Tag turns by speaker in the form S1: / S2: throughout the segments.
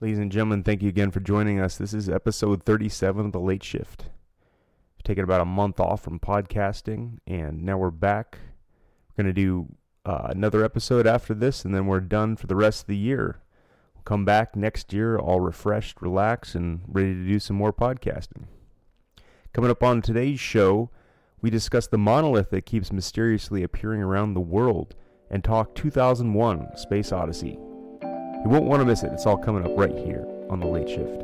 S1: Ladies and gentlemen, thank you again for joining us. This is episode 37 of The Late Shift. We've taken about a month off from podcasting, and now we're back. We're going to do uh, another episode after this, and then we're done for the rest of the year. We'll come back next year all refreshed, relaxed, and ready to do some more podcasting. Coming up on today's show, we discuss the monolith that keeps mysteriously appearing around the world and talk 2001 Space Odyssey. You won't want to miss it. It's all coming up right here on The Late Shift.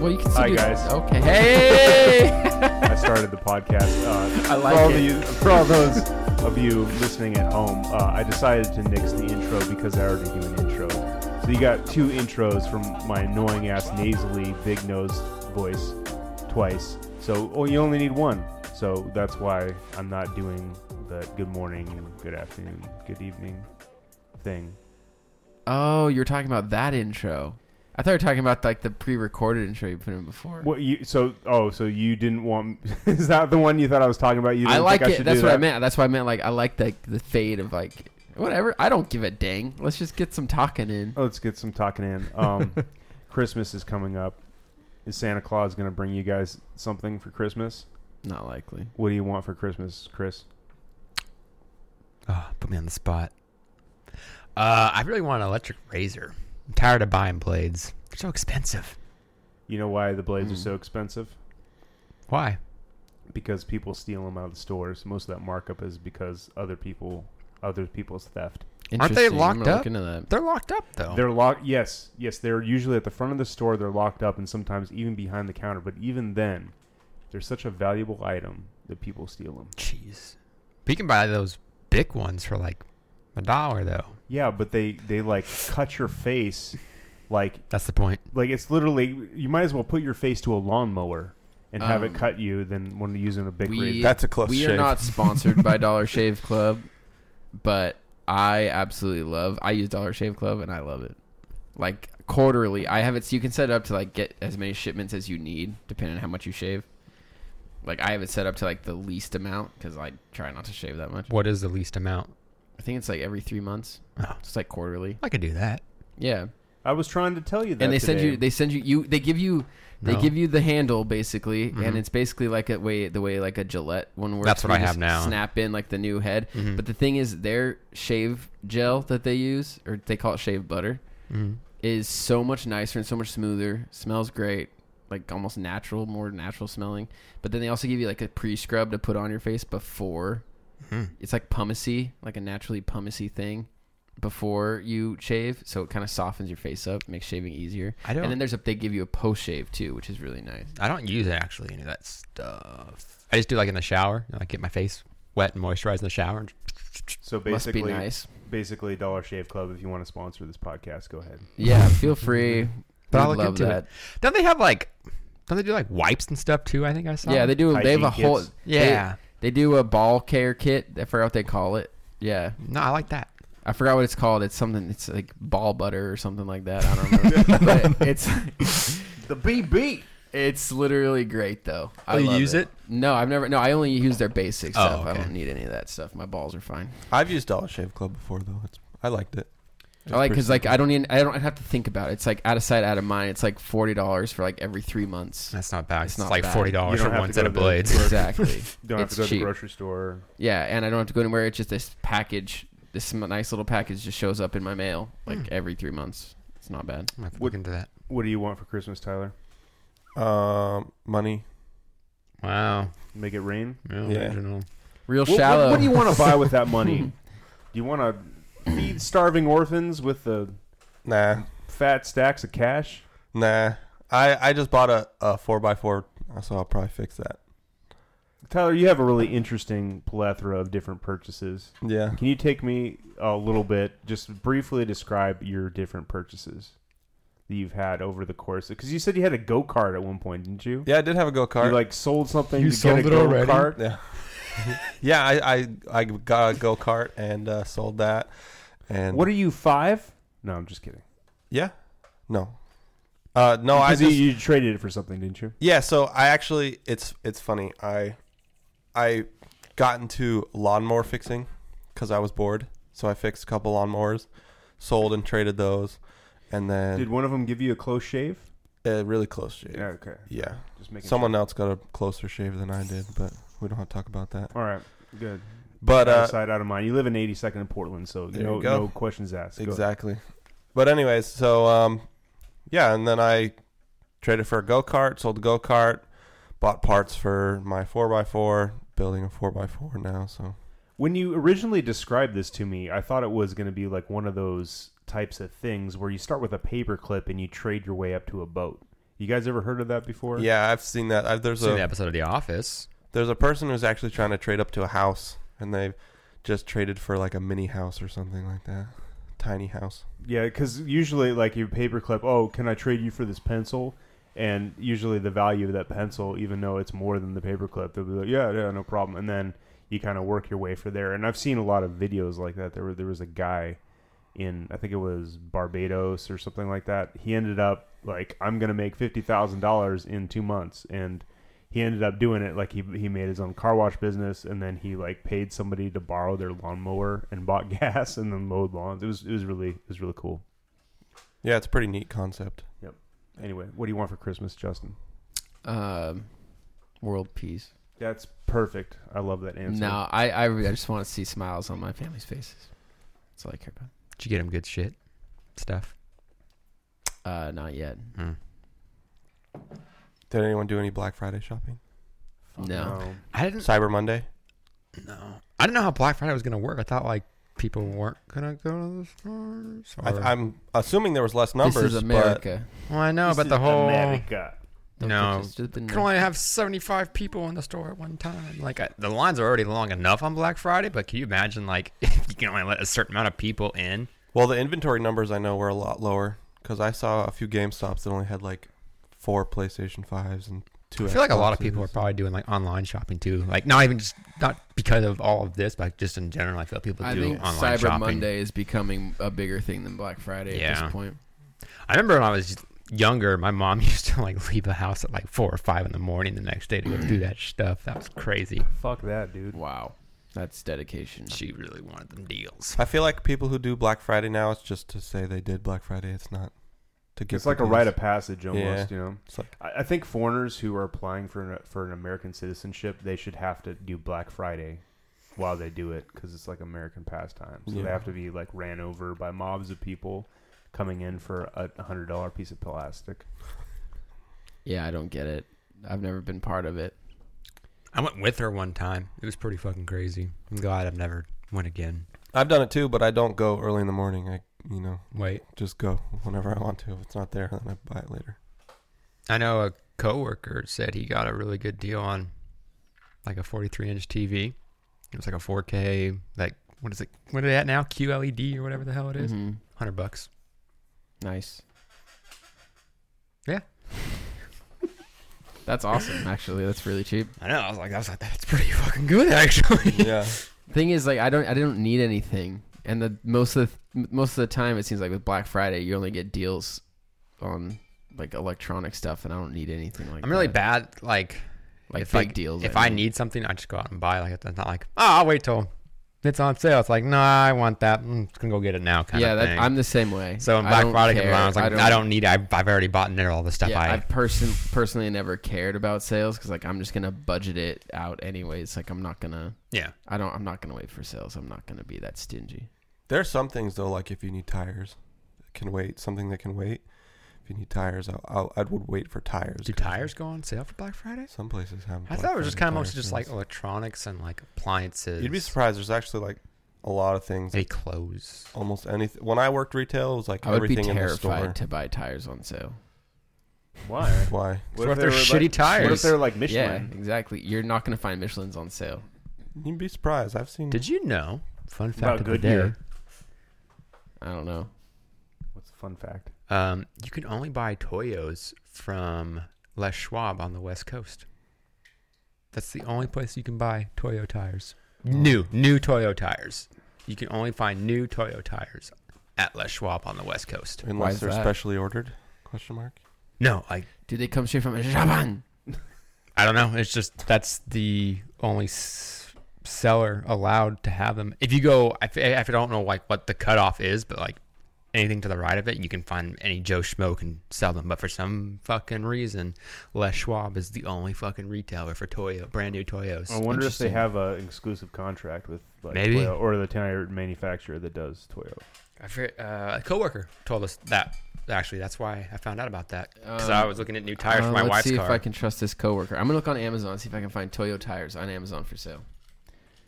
S2: Well, you can see.
S1: Hi,
S2: you-
S1: guys.
S2: Okay. Hey.
S1: I started the podcast. Uh,
S2: I like
S1: for all
S2: it.
S1: you- for all those of you listening at home, uh, I decided to nix the intro because I already do an intro. So you got two intros from my annoying ass nasally big nose voice twice. So oh, you only need one. So that's why I'm not doing the good morning, good afternoon, good evening thing.
S2: oh, you're talking about that intro. I thought you were talking about like the pre-recorded intro you put in before.
S1: What you? So oh, so you didn't want? is that the one you thought I was talking about? You
S2: I
S1: didn't
S2: like
S1: think I
S2: it.
S1: should
S2: That's
S1: do
S2: what I
S1: that?
S2: meant. That's why I meant like I like the the fade of like whatever. I don't give a dang. Let's just get some talking in.
S1: Oh, Let's get some talking in. Um, Christmas is coming up. Is Santa Claus going to bring you guys something for Christmas?
S2: Not likely.
S1: What do you want for Christmas, Chris?
S3: Oh, put me on the spot. Uh, I really want an electric razor. I'm tired of buying blades. They're so expensive.
S1: You know why the blades are
S2: Mm.
S1: so expensive?
S3: Why?
S1: Because people steal them out of the stores. Most of that markup is because other people, other people's theft.
S3: Aren't
S2: Interesting.
S3: they
S2: I'm
S3: locked
S2: gonna
S3: up?
S2: Look into that.
S3: They're locked up though.
S1: They're locked. Yes, yes. They're usually at the front of the store. They're locked up, and sometimes even behind the counter. But even then, they're such a valuable item that people steal them.
S3: Jeez. But you can buy those big ones for like a dollar though.
S1: Yeah, but they they like cut your face, like
S3: That's the point.
S1: like it's literally you might as well put your face to a lawnmower and have it
S2: Um,
S1: cut you than when using a big
S2: we-
S1: razor.
S4: That's a close
S2: we
S4: shave.
S2: are not sponsored by Dollar Shave Club, but I absolutely love. I use Dollar Shave Club and I love it. Like quarterly, I have it. So you can set it up to like get as many shipments as you need, depending on how much you shave. Like I have it set up to like the least amount because I try not to shave that much.
S3: What is the least amount?
S2: I think it's like every three months.
S3: Oh.
S2: It's like quarterly.
S3: I could do that.
S2: Yeah,
S1: I was trying to tell you that.
S2: and they send
S1: today.
S2: you. They send you. You. They give you. They
S3: No.
S2: give you the handle basically, and
S3: Mhm.
S2: it's basically like a way the way like a Gillette one works.
S3: That's what
S2: where
S3: I
S2: you
S3: have
S2: just
S3: now.
S2: Snap in like the new head,
S3: Mhm.
S2: but the thing is, their shave gel that they use, or they call it shave butter,
S3: Mm.
S2: is so much nicer and so much smoother. Smells great, like almost natural, more natural smelling. But then they also give you like a pre scrub to put on your face before.
S3: Mm.
S2: It's like pumicey, like a naturally pumicey thing before you shave, so it kind of softens your face up, makes shaving easier.
S3: I don't.
S2: And then there's a they give you a post shave too, which is really nice.
S3: I don't use actually any of that stuff. I just do like in the shower. You know, like get my face wet and moisturized in the shower.
S1: so
S2: Must
S1: basically
S2: be nice.
S1: basically Dollar Shave Club. If you want to sponsor this podcast, go ahead.
S2: Yeah, feel free.
S3: But I'll
S2: We'd
S3: look
S2: love
S3: into it.
S2: that.
S3: Don't they have like? Don't they do like wipes and stuff too? I think I saw.
S2: Yeah, they do. They have a
S1: Hygiene
S2: whole.
S1: kits.
S2: they-
S3: Yeah.
S2: They do a ball care kit. I forgot what they call it. Yeah,
S3: No, I like that.
S2: I forgot what it's called. It's something. It's like ball butter or something like that. I don't remember. but it's
S1: The BB.
S2: it's literally great though. I
S3: Oh, you
S2: love
S3: use it?
S2: No, I've never. No, I only use their basic
S3: Oh,
S2: stuff. I
S3: okay.
S2: don't need any of that stuff. My balls are fine.
S4: I've used Dollar Shave Club before though. It's I liked it.
S2: I like because like I don't even I don't have to think about it. It's like out of sight, out of mind. It's like forty dollars for like every three months.
S3: That's not bad.
S2: It's
S3: It's,
S2: not
S3: like
S2: bad.
S3: forty dollars
S1: You
S3: for
S1: don't have
S3: one
S1: to
S3: set
S1: go
S3: of
S1: to the-
S3: blades.
S2: Exactly.
S1: Don't have
S2: It's
S1: to go to
S2: cheap.
S1: the grocery store.
S2: Yeah, and I don't have to go anywhere. It's just this package. This m- nice little package just shows up in my mail
S3: Hmm.
S2: like every three months. It's not bad.
S3: I'm gonna have to
S1: Would-
S3: look into that.
S1: What do you want for Christmas, Tyler?
S4: Um, money.
S3: Wow.
S1: Make it rain.
S3: Yeah,
S4: Yeah.
S3: Original.
S2: Real
S1: What- what-
S2: shallow.
S1: What, do you want to buy with that money? do you want to feed starving orphans with the
S4: Nah,
S1: fat stacks of cash?
S4: nah. I I just bought a a four x four, so I'll probably fix that.
S1: Tyler, you have a really interesting plethora of different purchases.
S4: Yeah.
S1: Can you take me a little bit, just briefly describe your different purchases that you've had over the course? Because you said you had a go kart at one point, didn't you?
S4: Yeah, I did have a go
S1: You
S4: kart.
S1: like sold something.
S3: You
S1: to
S3: sold
S1: get a
S3: it
S1: go
S3: already?
S1: kart.
S4: yeah. yeah, I I, I got a go kart and uh, sold that. And
S1: What are you five? No, I'm just kidding.
S4: Yeah. No. Uh, no, I
S1: Because you-
S4: just
S1: you traded it for something, didn't you?
S4: yeah. So I actually, it's it's funny. I I got into lawnmower fixing because I was bored. So I fixed a couple lawnmowers, sold and traded those, and then
S1: Did one of them give you a close shave?
S4: uh, really close shave.
S1: Yeah. Okay.
S4: Yeah.
S1: Just making
S4: Someone else got a closer shave than I did, but we don't have to talk about that.
S1: Sure. All right. Good.
S4: But
S1: Out
S4: uh,
S1: of sight, out of mind. You live in 82nd in Portland, so
S4: There
S1: no
S4: you go.
S1: no questions asked. Go.
S4: Exactly. But anyways, so um, yeah, and then I traded for a go kart, sold the go kart, bought parts for my four x four, building a four x four now. So
S1: When you originally described this to me, I thought it was going to be like one of those types of things where you start with a paper clip and you trade your way up to a boat. You guys ever heard of that before?
S4: yeah, I've seen that. i there's
S3: Seen the
S4: a
S3: episode of The Office.
S4: there's a person who's actually trying to trade up to a house, and they've just traded for like a mini house or something like that, tiny house.
S1: Yeah, because usually, like your paperclip, oh, can I trade you for this pencil? And usually, the value of that pencil, even though it's more than the paperclip, they'll be like, yeah, yeah, no problem. And then you kind of work your way for there. And I've seen a lot of videos like that. There, were, there was a guy in, I think it was Barbados or something like that. He ended up like, I'm gonna make fifty thousand dollars in two months, and he ended up doing it like he he made his own car wash business, and then he like paid somebody to borrow their lawnmower and bought gas and then mowed lawns. It was it was really it was really cool.
S4: Yeah, it's a pretty neat concept.
S1: Anyway, what do you want for Christmas, Justin?
S2: Um, world peace.
S1: That's perfect. I love that answer.
S2: No, I I, re- I just want to see smiles on my family's faces. That's all I care about.
S3: Did you get him good shit stuff?
S2: Uh, not yet.
S3: Mm.
S4: Did anyone do any Black Friday shopping?
S1: Fuck
S2: No.
S3: I didn't.
S4: Cyber Monday?
S3: No, I didn't know how Black Friday was gonna work. I thought like people weren't gonna go to the stores.
S4: I,
S3: or-
S4: I'm assuming there was less numbers.
S2: this is
S4: but-
S2: America.
S3: well, I know,
S1: This
S3: but
S1: is
S3: the whole
S1: America.
S2: Don't
S3: No.
S2: touch this.
S3: can only have seventy-five people in the store at one time. Like I, the lines are already long enough on Black Friday, but can you imagine like if you can only let a certain amount of people in?
S4: Well, the inventory numbers I know were a lot lower because I saw a few GameStops that only had like four PlayStation fives and two.
S3: I feel like a lot of
S4: Xboxes.
S3: people are probably doing like online shopping too. Like not even just not because of all of this, but just in general, I feel people
S2: I
S3: do
S2: think
S3: online
S2: Cyber
S3: shopping.
S2: Monday is becoming a bigger thing than Black Friday at
S3: Yeah.
S2: this point.
S3: I remember when I was younger, my mom used to like leave a house at like four or five in the morning the next day to go do that stuff. That was crazy.
S1: Fuck that, dude.
S2: Wow, that's dedication.
S3: She really wanted them deals.
S4: I feel like people who do Black Friday now, it's just to say they did Black Friday. It's not to get.
S1: It's like a rite of passage almost,
S4: Yeah.
S1: you know.
S4: It's like-
S1: I, I think foreigners who are applying for an, for an American citizenship, they should have to do Black Friday while they do it because it's like American pastime. So they
S4: Yeah.
S1: have to be like ran over by mobs of people coming in for a hundred dollar piece of plastic.
S2: Yeah, I don't get it. I've never been part of it.
S3: I went with her one time. It was pretty fucking crazy. I'm glad I've never went again.
S4: I've done it too, but I don't go early in the morning. I you know
S3: Wait,
S4: just go whenever I want to. If it's not there, then I buy it later.
S3: I know a coworker said he got a really good deal on like a 43 inch TV. It was like a 4K, like what is it? What are they at now? QLED or whatever the hell it is.
S2: Mhm.
S3: Hundred bucks.
S2: Nice.
S3: Yeah.
S2: That's awesome. Actually, that's really cheap.
S3: I know. I was like, I was like, that's pretty fucking good actually.
S4: yeah,
S2: Thing is, like, I don't, I don't need anything. And the most of the, most of the time, it seems like with Black Friday, you only get deals on like electronic stuff, and I don't need anything like.
S3: I'm really
S2: that.
S3: bad. Like,
S2: Like
S3: if
S2: big
S3: I,
S2: deals.
S3: If I,
S2: mean.
S3: need something, I just go out and buy. Like, it's not like, oh, I'll wait till it's on sale. It's like, nah, I want that. Mm, just gonna go get it now, kind
S2: yeah,
S3: of thing.
S2: that, I'm the same way.
S3: so when
S2: I
S3: Black
S2: don't
S3: Friday comes
S2: care.
S3: around, I was like, I don't, need. I, I've already bought near all the stuff.
S2: yeah,
S3: I,
S2: I've person personally never cared about sales because like I'm just gonna budget it out anyways. Like I'm not gonna.
S3: yeah.
S2: I don't. I'm not gonna wait for sales. I'm not gonna be that stingy.
S4: there are some things though, like if you need tires, it can wait. Something that can wait. If you need tires, I I'll, I would wait for tires.
S3: Do
S4: 'cause
S3: tires go on sale for Black Friday?
S4: Some places have.
S3: I
S4: Black
S3: thought it was just
S4: Friday
S3: kind of mostly
S4: tires
S3: just
S4: sales.
S3: like oh, electronics and like appliances.
S4: You'd be surprised. There's actually like a lot of things.
S3: They close.
S4: Almost anything. When I worked retail, it was like
S2: I would be
S4: everything in the store.
S2: terrified to buy tires on sale.
S1: Why?
S4: Why?
S3: What if
S1: they
S3: they're
S1: were,
S3: shitty
S1: like- What if
S3: tires?
S1: they're like
S2: Yeah,
S1: Michelin?
S2: exactly. You're not gonna find Michelin's on sale.
S4: You'd be surprised. I've seen.
S3: Did you know? Fun fact
S1: About
S3: of the day.
S1: Goodyear.
S2: I don't know.
S1: What's a fun fact?
S3: Um, you can only buy Toyos from Les Schwab on the West Coast. That's the only place you can buy Toyo tires. New, new Toyo tires. You can only find new Toyo tires at Les Schwab on the West Coast.
S4: unless
S2: is
S4: they're
S2: that?
S4: specially ordered? Question mark.
S3: No, like
S2: Do they come straight from Japan?
S3: I don't know. It's just that's the only s- seller allowed to have them. If you go, if, if I don't know like what the cutoff is, but like anything to the right of it, you can find any Joe Schmo can sell them. But for some fucking reason, Les Schwab is the only fucking retailer for Toyo, brand new Toyos.
S1: I
S2: Oh.
S1: wonder if they
S2: Interesting.
S1: have an exclusive contract with like
S3: Maybe.
S1: Toyo or the tire manufacturer that does Toyo.
S3: I forget, uh, a coworker told us that. Actually, that's why I found out about that because I
S2: Um,
S3: was looking at new tires
S2: Uh,
S3: for my
S2: let's
S3: wife's
S2: see
S3: car.
S2: if I can trust this coworker. I'm gonna look on Amazon see if I can find Toyo tires on Amazon for sale.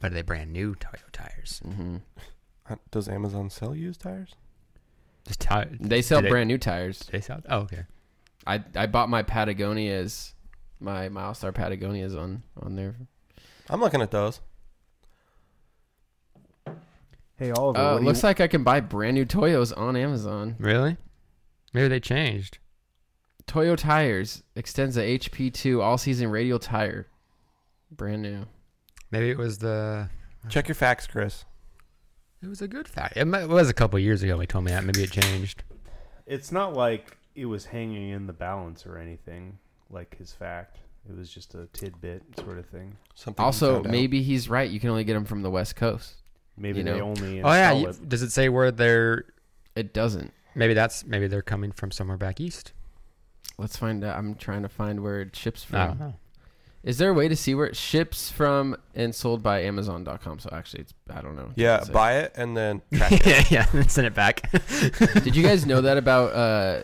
S3: But are they brand new Toyo tires?
S2: hmm
S4: Uh, Does Amazon sell used tires?
S3: Just tire.
S2: They sell
S3: do
S2: brand new tires.
S3: They sell. Oh, okay.
S2: I I bought my Patagonias, my Milestar Patagonias on on there.
S4: I'm looking at those.
S1: Hey Oliver,
S2: Uh,
S1: Oh, what do you-
S2: looks like I can buy brand new Toyos on Amazon.
S3: Really? Maybe they changed.
S2: Toyo Tires extends the HP2 all-season radial tire, brand new.
S3: Maybe it was the.
S4: Check your facts, Chris.
S3: It was a good fact. It, might- it was a couple years ago. They told me that. Maybe it changed.
S1: it's not like it was hanging in the balance or anything like his fact. It was just a tidbit sort of thing.
S4: Something you
S2: Also,
S4: found out.
S2: maybe he's right. You can only get them from the West Coast.
S1: Maybe
S2: You
S1: they
S2: know.
S1: only
S3: oh yeah.
S1: install
S3: you-
S1: it.
S3: does it say where they're?
S2: It doesn't.
S3: Maybe that's. Maybe they're coming from somewhere back east.
S2: Let's find out. I'm trying to find where it ships
S3: I
S2: from.
S3: don't know.
S2: Is there a way to see where it ships from and sold by Amazon.com? So actually, it's I don't know.
S4: Yeah,
S2: It's like-
S4: buy it and then track it.
S3: yeah, yeah. Then send it back.
S2: Did you guys know that about uh,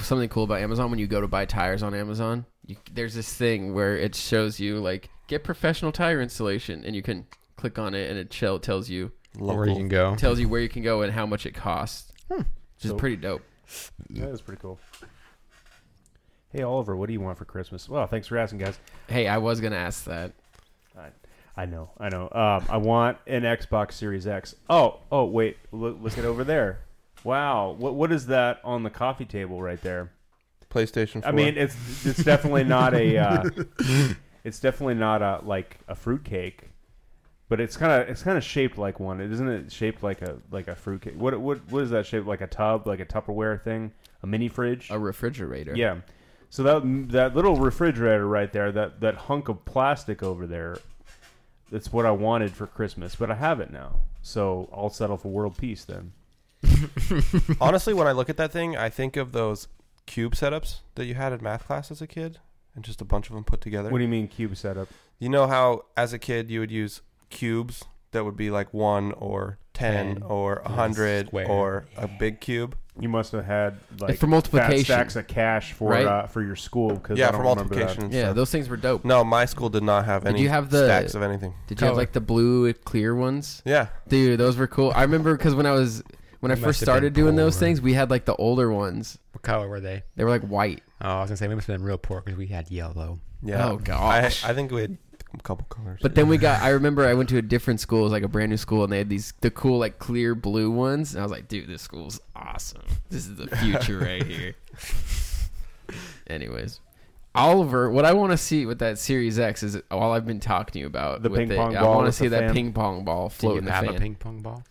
S2: something cool about Amazon? When you go to buy tires on Amazon, you, there's this thing where it shows you like get professional tire installation, and you can click on it, and it shell tells you
S3: where you
S4: Local.
S3: can go?
S2: tells you where you can go and how much it costs,
S4: Hmm.
S2: which is
S1: So-
S2: pretty dope.
S1: That was pretty cool. Hey Oliver, what do you want for Christmas? Well, thanks for asking, guys.
S2: Hey, I was gonna ask that.
S1: I, I know, I know. Um, I want an Xbox Series X. Oh, oh, wait, look, look at over there. Wow, what what is that on the coffee table right there?
S4: PlayStation 4.
S1: I mean, it's it's definitely not a uh, it's definitely not a like a fruitcake, but it's kind of it's kind of shaped like one. Isn't it shaped like a like a fruitcake? What what what is that shaped like a tub, like a Tupperware thing, a mini fridge?
S2: A refrigerator.
S1: Yeah. So that that little refrigerator right there, that that hunk of plastic over there, that's what I wanted for Christmas, but I have it now. So I'll settle for world peace then.
S4: honestly, when I look at that thing, I think of those cube setups that you had in math class as a kid, and just a bunch of them put together.
S1: What do you mean cube setup?
S4: You know how as a kid you would use cubes that would be like one or ten
S3: Ten.
S4: or a
S3: Yeah,
S4: hundred
S3: square.
S4: or a big cube.
S1: You must have had like
S2: for
S1: fat
S2: multiplication.
S1: stacks of cash for
S2: right?
S1: uh, for your school because
S4: Yeah,
S1: I don't
S4: for
S1: remember that.
S4: multiplication. And
S2: Yeah,
S4: stuff.
S2: those things were dope.
S4: no, my school did not have
S2: Did
S4: any
S2: you have the-
S4: stacks of anything.
S2: Did you have
S3: Color.
S2: like the blue clear ones?
S4: Yeah,
S2: Dude, those were cool. I remember because when I was when I
S3: You
S2: first
S3: must have been
S2: started doing those
S3: poor.
S2: things, we had like the older ones.
S3: What color were they?
S2: They were like white.
S3: Oh, I was gonna say we must have been real poor because we had yellow.
S4: yeah.
S2: Oh
S4: I
S2: gosh.
S4: I think we had a couple colors.
S2: but then we got. I remember I went to a different school. It was like a brand new school, and they had these the cool like clear blue ones. And I was like, dude, this school's awesome. This is the future right here. Anyways, Oliver, what I want to see with that Series X is all I've been talking to you about.
S1: The
S2: with
S1: ping
S2: it.
S1: pong
S2: I
S1: ball
S2: want to
S1: with
S2: see
S1: the
S2: that
S1: fan.
S2: ping pong ball
S3: Do
S2: float
S3: you
S2: in the
S3: have a
S2: fan.
S3: ping pong ball?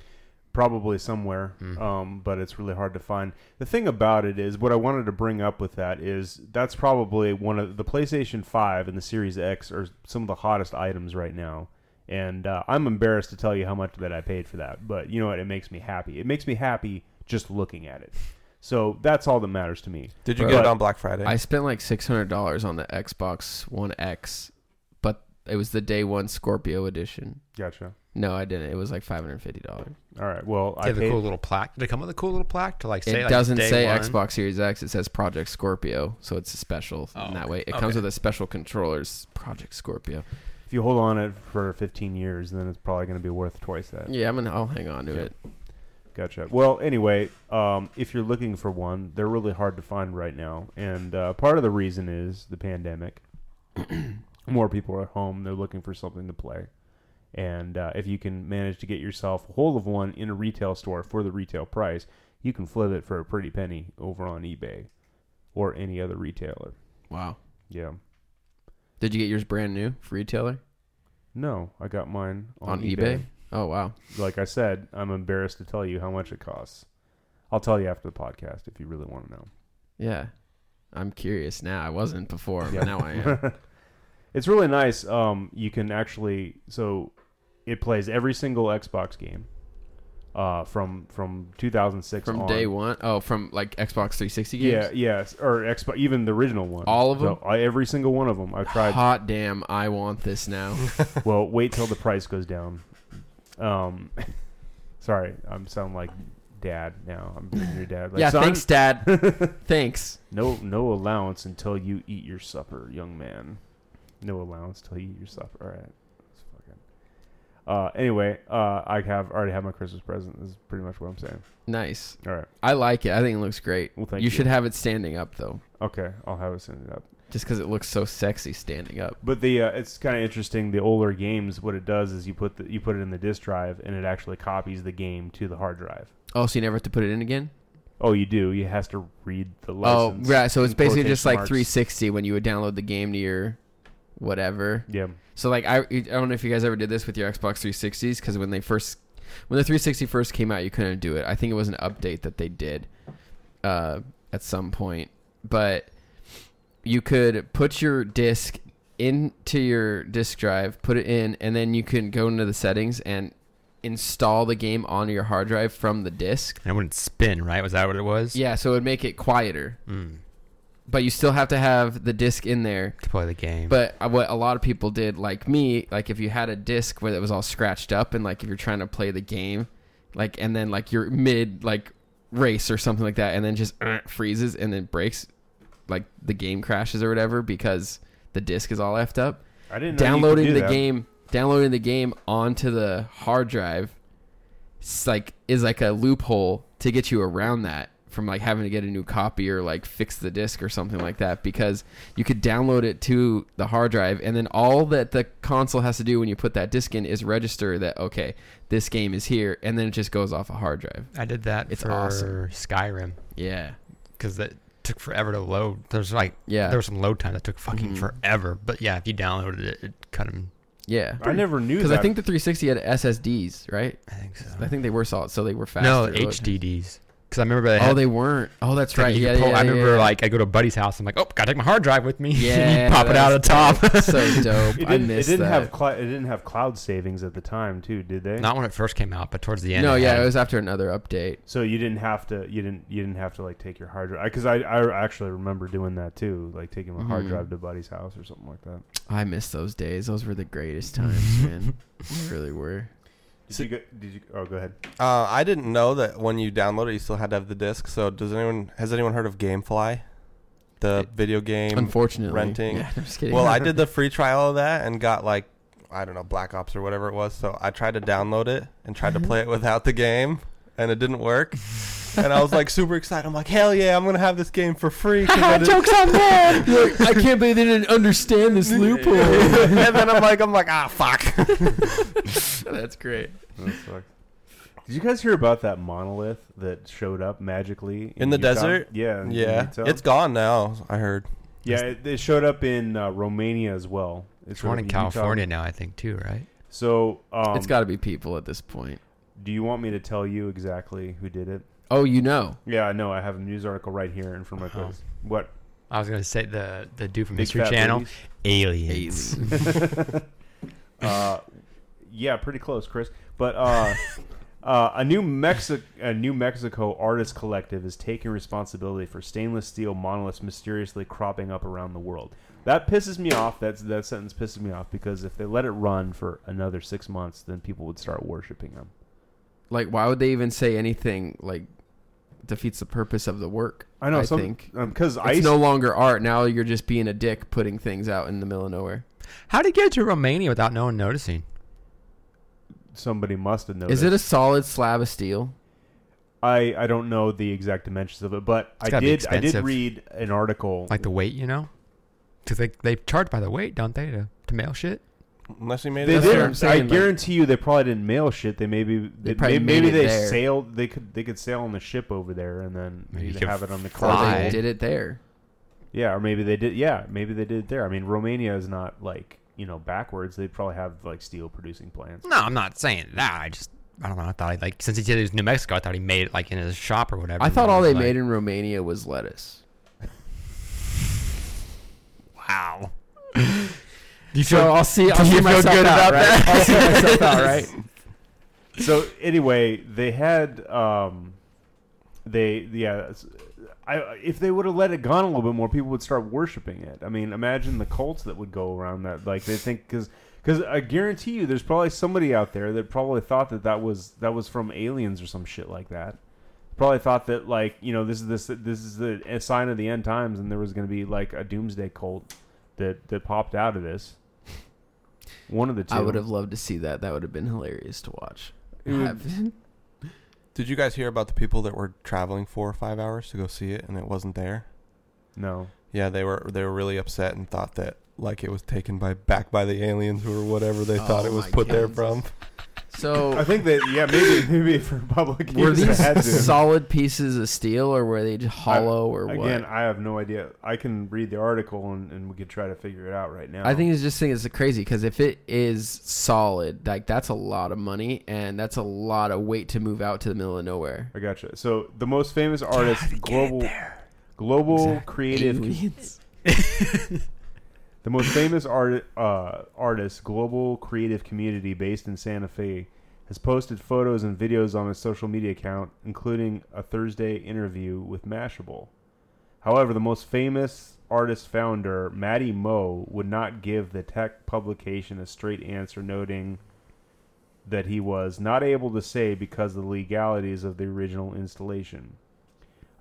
S1: probably somewhere,
S3: Hmm.
S1: um, but it's really hard to find. The thing about it is, what I wanted to bring up with that is that's probably one of the PlayStation Five and the Series X are some of the hottest items right now, and uh, I'm embarrassed to tell you how much that I paid for that. But you know what? It makes me happy. It makes me happy just looking at it. So that's all that matters to me.
S4: did you
S2: Bro.
S4: get it on Black Friday?
S2: I spent like six hundred dollars on the Xbox One X, but it was the day one Scorpio edition.
S1: Gotcha.
S2: No, I didn't. It was like five hundred fifty dollars.
S1: All right. Well,
S3: They
S1: I
S3: have a
S1: paid.
S3: cool little plaque. Did they come with a cool little plaque to like say?
S2: It
S3: like,
S2: doesn't
S3: day
S2: say
S3: one?
S2: Xbox Series X. It says Project Scorpio, so it's a special
S3: Oh,
S2: in that way. It
S3: okay.
S2: comes with a special controller, s- Project Scorpio.
S1: If you hold on it for 15 years, then it's probably going to be worth twice that.
S2: Yeah, I'm gonna. I'll hang on to
S1: Yeah.
S2: it.
S1: Gotcha. Well, anyway, um, if you're looking for one, they're really hard to find right now, and uh, part of the reason is the pandemic. More people are at home; they're looking for something to play, and uh, if you can manage to get yourself a hold of one in a retail store for the retail price, you can flip it for a pretty penny over on eBay or any other retailer.
S2: Wow.
S1: Yeah,
S2: Did you get yours brand new for retailer
S1: No, I got mine on,
S2: on, eBay? Oh wow.
S1: Like I said, I'm embarrassed to tell you how much it costs. I'll tell you after the podcast if you really want to know.
S2: Yeah. I'm curious now. I wasn't before,
S1: Yeah.
S2: but now I am.
S1: it's really nice. Um, you can actually so it plays every single Xbox game uh, from from 2006
S2: From
S1: on.
S2: day one. Oh, from like Xbox 360 games.
S1: Yeah, yes, or Xbox, even the original one.
S2: All of
S1: So, I- every single one of them. I've tried.
S2: Hot damn! I want this now.
S1: well, wait till the price goes down. Um, sorry, I'm sound like dad now. I'm being your dad. Like,
S2: yeah,
S1: son,
S2: thanks, Dad. thanks.
S1: No, no allowance until you eat your supper, young man. No allowance till you eat your supper. All right. It's fucking- Uh, anyway, uh, I have already had my Christmas present. Is pretty much what I'm saying.
S2: Nice.
S1: All right.
S2: I like it. I think it looks great.
S1: Well, thank
S2: you
S1: you.
S2: should have it standing up though,
S1: Okay, I'll have it send it up.
S2: just because it looks so sexy standing up.
S1: But the uh, it's kind of interesting. The older games, what it does is you put the, you put it in the disk drive, and it actually copies the game to the hard drive.
S2: Oh, so you never have to put it in again?
S1: Oh, you do. You has to read the license.
S2: Oh, right. So it's
S1: in
S2: basically
S1: quotation
S2: just like
S1: marks.
S2: 360 when you would download the game to your whatever.
S1: Yeah.
S2: So like I, I don't know if you guys ever did this with your Xbox 360s because when they first when the 360 first came out, you couldn't do it. I think it was an update that they did uh, at some point, but you could put your disc into your disk drive, put it in, and then you can go into the settings and install the game onto your hard drive from the disc.
S3: And it wouldn't spin, right? Was that what it was?
S2: Yeah, so it would make it quieter,
S3: Mm,
S2: but you still have to have the disc in there
S3: to play the game.
S2: But uh, what a lot of people did, like me, like if you had a disc where it was all scratched up, and like if you're trying to play the game, like and then like you're mid like race or something like that, and then just uh, freezes and then breaks, like the game crashes or whatever because the disc is all effed up.
S1: I didn't know you could
S2: Downloading
S1: do
S2: the
S1: that.
S2: game, downloading the game onto the hard drive, s- like is like a loophole to get you around that from like having to get a new copy or like fix the disk or something like that because you could download it to the hard drive and then all that the console has to do when you put that disk in is register that okay this game is here and then it just goes off a hard drive
S3: I did that
S2: It's
S3: for
S2: awesome.
S3: Skyrim
S2: yeah
S3: because it took forever to load. There's like
S2: Yeah.
S3: there was some load time that took fucking
S2: Mhm.
S3: forever. But yeah, if you downloaded it, it cut them.
S2: yeah
S1: I never knew
S2: because
S1: that.
S2: I think the 360 had SSDs right
S3: I think so.
S2: I think they were solid so they were faster
S3: no
S2: Look.
S3: HDDs because I remember they. Had,
S2: oh they weren't oh that's right
S3: you could
S2: yeah,
S3: pull-
S2: yeah,
S3: I remember
S2: yeah, yeah.
S3: like I go to a buddy's house. I'm like, oh, gotta take my hard drive with me.
S2: Yeah,
S3: you pop it out of the top.
S2: so dope
S1: it
S2: I
S1: didn't,
S2: missed
S1: it didn't
S2: that.
S1: have cl- it didn't have cloud savings at the time too, did they?
S3: Not when it first came out, but towards the end.
S2: no, yeah,
S3: had
S2: it was after another update.
S1: So you didn't have to you didn't you didn't have to like take your hard drive because I, I actually remember doing that too, like taking my hard
S2: Mhm.
S1: drive to buddy's house or something like that.
S2: I miss those days. Those were the greatest times, man. They really were.
S1: Did you go, did you? Oh, go ahead.
S4: Uh, I didn't know that when you download it, you still had to have the disc. So, does anyone has anyone heard of GameFly, the
S2: It-
S4: video game?
S2: Unfortunately,
S4: renting.
S2: Yeah, I'm just kidding.
S4: Well, I did the free trial of that and got like I don't know Black Ops or whatever it was. So I tried to download it and tried to play it without the game, and it didn't work. And I was like super excited. I'm like, hell yeah, I'm gonna have this game for free. 'cause I didn't-
S2: on them. Look, I can't believe they didn't understand this loophole.
S4: and then I'm like, I'm like, ah, fuck.
S2: That's great.
S1: Did you guys hear about that monolith that showed up magically
S4: In the
S1: Utah?
S4: desert?
S1: Yeah, in
S4: Yeah,
S1: Utah.
S4: it's gone now. I heard.
S1: yeah. It, it showed up in uh, Romania as well. It
S3: It's
S1: showed
S3: one
S1: up
S3: in
S1: Utah.
S3: California now, I think, too, right?
S1: So um,
S2: it's got to be people at this point.
S1: Do you want me to tell you exactly who did it?
S2: Oh, you know.
S1: Yeah, I know. I have a news article right here in front of my
S3: Oh.
S1: face. What?
S3: I was gonna say the the dude from
S1: Big
S3: History
S1: fat
S3: Channel,
S1: boobies?
S3: aliens.
S1: uh, yeah, pretty close, Chris. But uh, uh, a new Mexi- a New Mexico artist collective is taking responsibility for stainless steel monoliths mysteriously cropping up around the world. That pisses me off. That's that sentence pisses me off because if they let it run for another six months, then people would start worshiping them.
S2: Like, why would they even say anything like defeats the purpose of the work?
S1: I know.
S2: I
S1: some,
S2: think
S1: because
S2: it's
S1: I
S2: no longer art. Now you're just being a dick, putting things out in the middle of nowhere.
S3: How did he get to Romania without no one noticing?
S1: somebody must have noticed.
S2: Is it a solid slab of steel?
S1: I I don't know the exact dimensions of it, but I
S3: gotta be
S1: did I did
S3: expensive.
S1: read an article.
S3: Like the weight, you know? Because they they charge by the weight, don't they, to, to mail shit?
S4: Unless you made
S1: they
S4: it.
S2: That's what I'm
S1: didn't. I
S2: saying, like-
S1: guarantee you, they probably didn't mail shit. They maybe
S2: They
S1: they
S2: probably
S1: may-
S2: made
S1: maybe they
S2: it there.
S1: sailed. They could they could sail on the ship over there and then
S3: Maybe you
S1: either
S3: could
S1: have it on the
S2: Or
S3: fly.
S1: cargo.
S2: they did it there.
S1: Yeah, or maybe they did. Yeah, maybe they did there. I mean, Romania is not like you know backwards. They probably have like steel producing plants.
S3: No, I'm not saying that. I just I don't know. I thought he like since he said it was New Mexico, I thought he made it like in his shop or whatever.
S2: I thought all
S3: was
S2: they
S3: like,
S2: made in Romania was lettuce.
S3: Wow.
S2: You feel? So I'll see. I'll
S3: do
S2: see
S3: you feel
S2: myself
S3: good
S2: out,
S3: about
S2: right?
S3: that?
S2: I'll see myself out, right?
S1: so anyway, they had um, they yeah. s- I, if they would have let it gone a little bit more, people would start worshiping it. I mean, imagine the cults that would go around that. Like they think because because I guarantee you, there's probably somebody out there that probably thought that that was that was from aliens or some shit like that. Probably thought that like you know this is this this is the a sign of the end times, and there was going to be like a doomsday cult that that popped out of this. One of the two.
S2: I would have loved to see that. That would have been hilarious to watch.
S1: It would-
S2: Have-
S4: Did you guys hear about the people that were traveling four or five hours to go see it and it wasn't there?
S1: no.
S4: Yeah, they were they were really upset and thought that like it was taken by back by the aliens or whatever they thought
S2: Oh
S4: it was
S2: my
S4: put there
S2: goodness.
S4: from.
S1: I
S2: so
S1: think that yeah, maybe maybe for public
S2: were
S1: use I had to.
S2: these solid pieces of steel, or were they just hollow, or what?
S1: Again, I have no idea. I can read the article and, and we could try to figure it out right now.
S2: I think it's just thing is crazy because if it is solid, like that's a lot of money and that's a lot of weight to move out to the middle of nowhere.
S1: I gotcha. So the most famous artist, global, global creative,
S2: Aliens.
S1: the most famous art, uh, artist, global creative community based in Santa Fe, has posted photos and videos on his social media account, including a Thursday interview with Mashable. However, the most famous artist founder, Matty Moe, would not give the tech publication a straight answer, noting that he was not able to say because of the legalities of the original installation.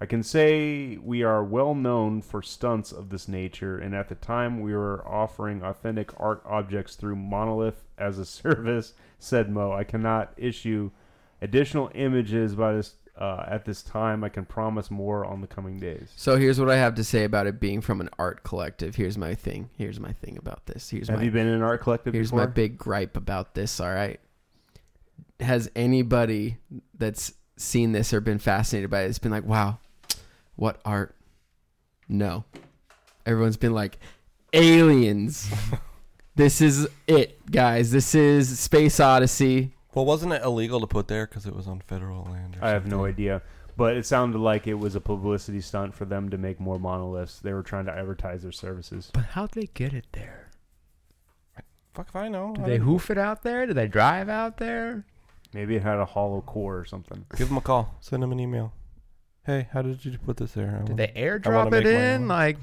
S1: I can say we are well known for stunts of this nature, and at the time we were offering authentic art objects through Monolith as a service, said Mo. I cannot issue additional images by this uh, at this time. I can promise more on the coming days.
S2: So here's what I have to say about it being from an art collective. Here's my thing. Here's my thing about this. Here's
S1: Have
S2: my
S1: you been in an art collective
S2: here's
S1: before?
S2: my big gripe about this all right has anybody that's seen this or been fascinated by it has been like wow what art no everyone's been like aliens this is it guys this is space odyssey
S4: Well, wasn't it illegal to put there because it was on federal land? Or
S1: I have no
S4: something?
S1: idea, but it sounded like it was a publicity stunt for them to make more monoliths. They were trying to advertise their services.
S3: But how'd they get it there?
S4: Fuck if I know.
S3: Did
S4: I
S3: they
S4: don't-
S3: hoof it out there? Did they drive out there?
S1: Maybe it had a hollow core or something.
S4: Give them a call. Send them an email. Hey, how did you put this there? Um, I
S3: Did
S4: want-
S3: they airdrop it
S4: make my
S3: in?
S4: own.
S3: Like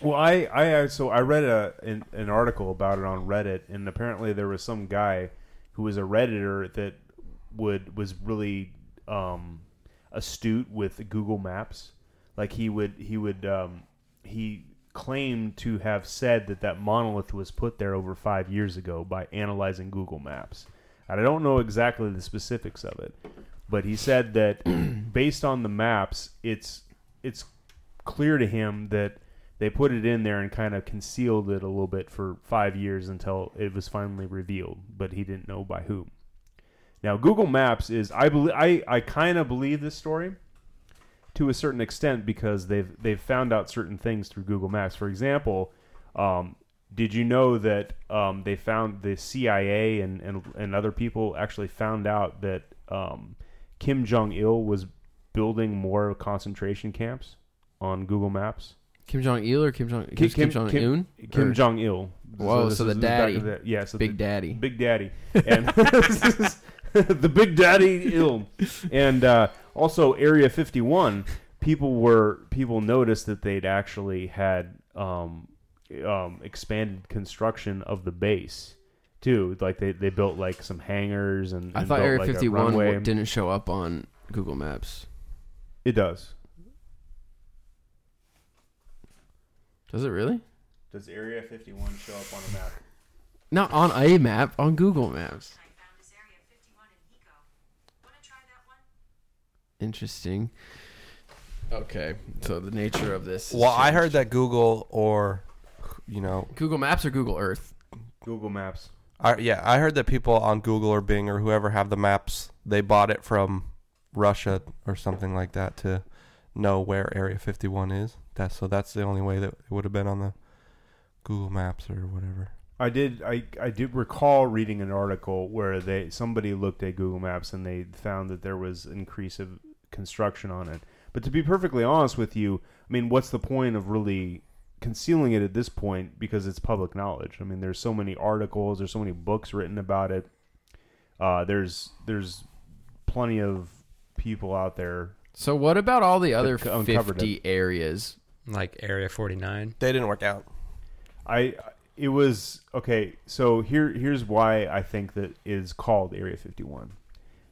S1: Well, I, I so I read a an, an article about it on Reddit, and apparently there was some guy who was a redditor that would was really um, astute with Google Maps. Like he would he would um, he claimed to have said that that monolith was put there over five years ago by analyzing Google Maps. And I don't know exactly the specifics of it, but he said that based on the maps, it's it's clear to him that they put it in there and kind of concealed it a little bit for five years until it was finally revealed, but he didn't know by whom. Now, Google Maps is I believe I, I kind of believe this story to a certain extent because they've they've found out certain things through Google Maps. For example, um, did you know that um, they found the CIA and, and and other people actually found out that um, Kim Jong Il was building more concentration camps on Google Maps?
S2: kim jong-il or kim jong kim, kim jong-un
S1: Kim
S2: Or
S1: Jong Il.
S2: Whoa, so the daddy.
S1: yeah, so the,
S2: big daddy
S1: Big Daddy, and the Big Daddy ill, and uh, also Area Fifty One. People were people noticed that they'd actually had um, um, expanded construction of the base too. Like they, they built like some hangars and,
S2: i
S1: and
S2: thought
S1: built,
S2: area
S1: like, a
S2: 51
S1: runway.
S2: w- didn't show up on google maps
S1: It does.
S2: does it really
S1: Does Area Fifty One show up on a map?
S2: not on a map on google maps
S5: I found this area 51 in Eco. Wanna try that one?
S2: Interesting. Okay, so the nature of this. has
S4: Well, I
S2: changed.
S4: heard that Google or you know,
S2: Google Maps or Google Earth.
S1: Google Maps.
S4: I, yeah, I heard that people on Google or Bing or whoever have the maps, they bought it from Russia or something like that to know where Area 51 is. That's so that's the only way that it would have been on the Google Maps or whatever.
S1: I did. I, I did recall reading an article where they somebody looked at Google Maps and they found that there was increase of construction on it. But to be perfectly honest with you, I mean, what's the point of really concealing it at this point because it's public knowledge? I mean, there's so many articles, there's so many books written about it. Uh, there's there's plenty of people out there.
S2: So what about all the other
S1: co- uncovered it.
S2: 50 areas?
S3: Like Area 49.
S4: They didn't work out.
S1: I it was okay. So here here's why I think that it is called Area 51.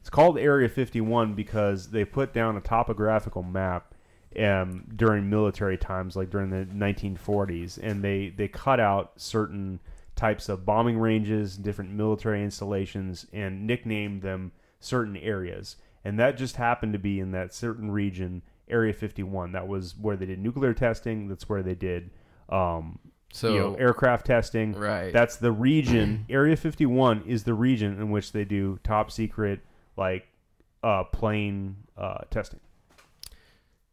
S1: It's called Area 51 because they put down a topographical map um, during military times, like during the 1940s, and they they cut out certain types of bombing ranges, different military installations, and nicknamed them certain areas. And that just happened to be in that certain region, Area 51. That was where they did nuclear testing. That's where they did um,
S2: So
S1: you know, aircraft testing.
S2: Right.
S1: That's the region. Area 51 is the region in which they do top secret, like, uh, plane uh, testing.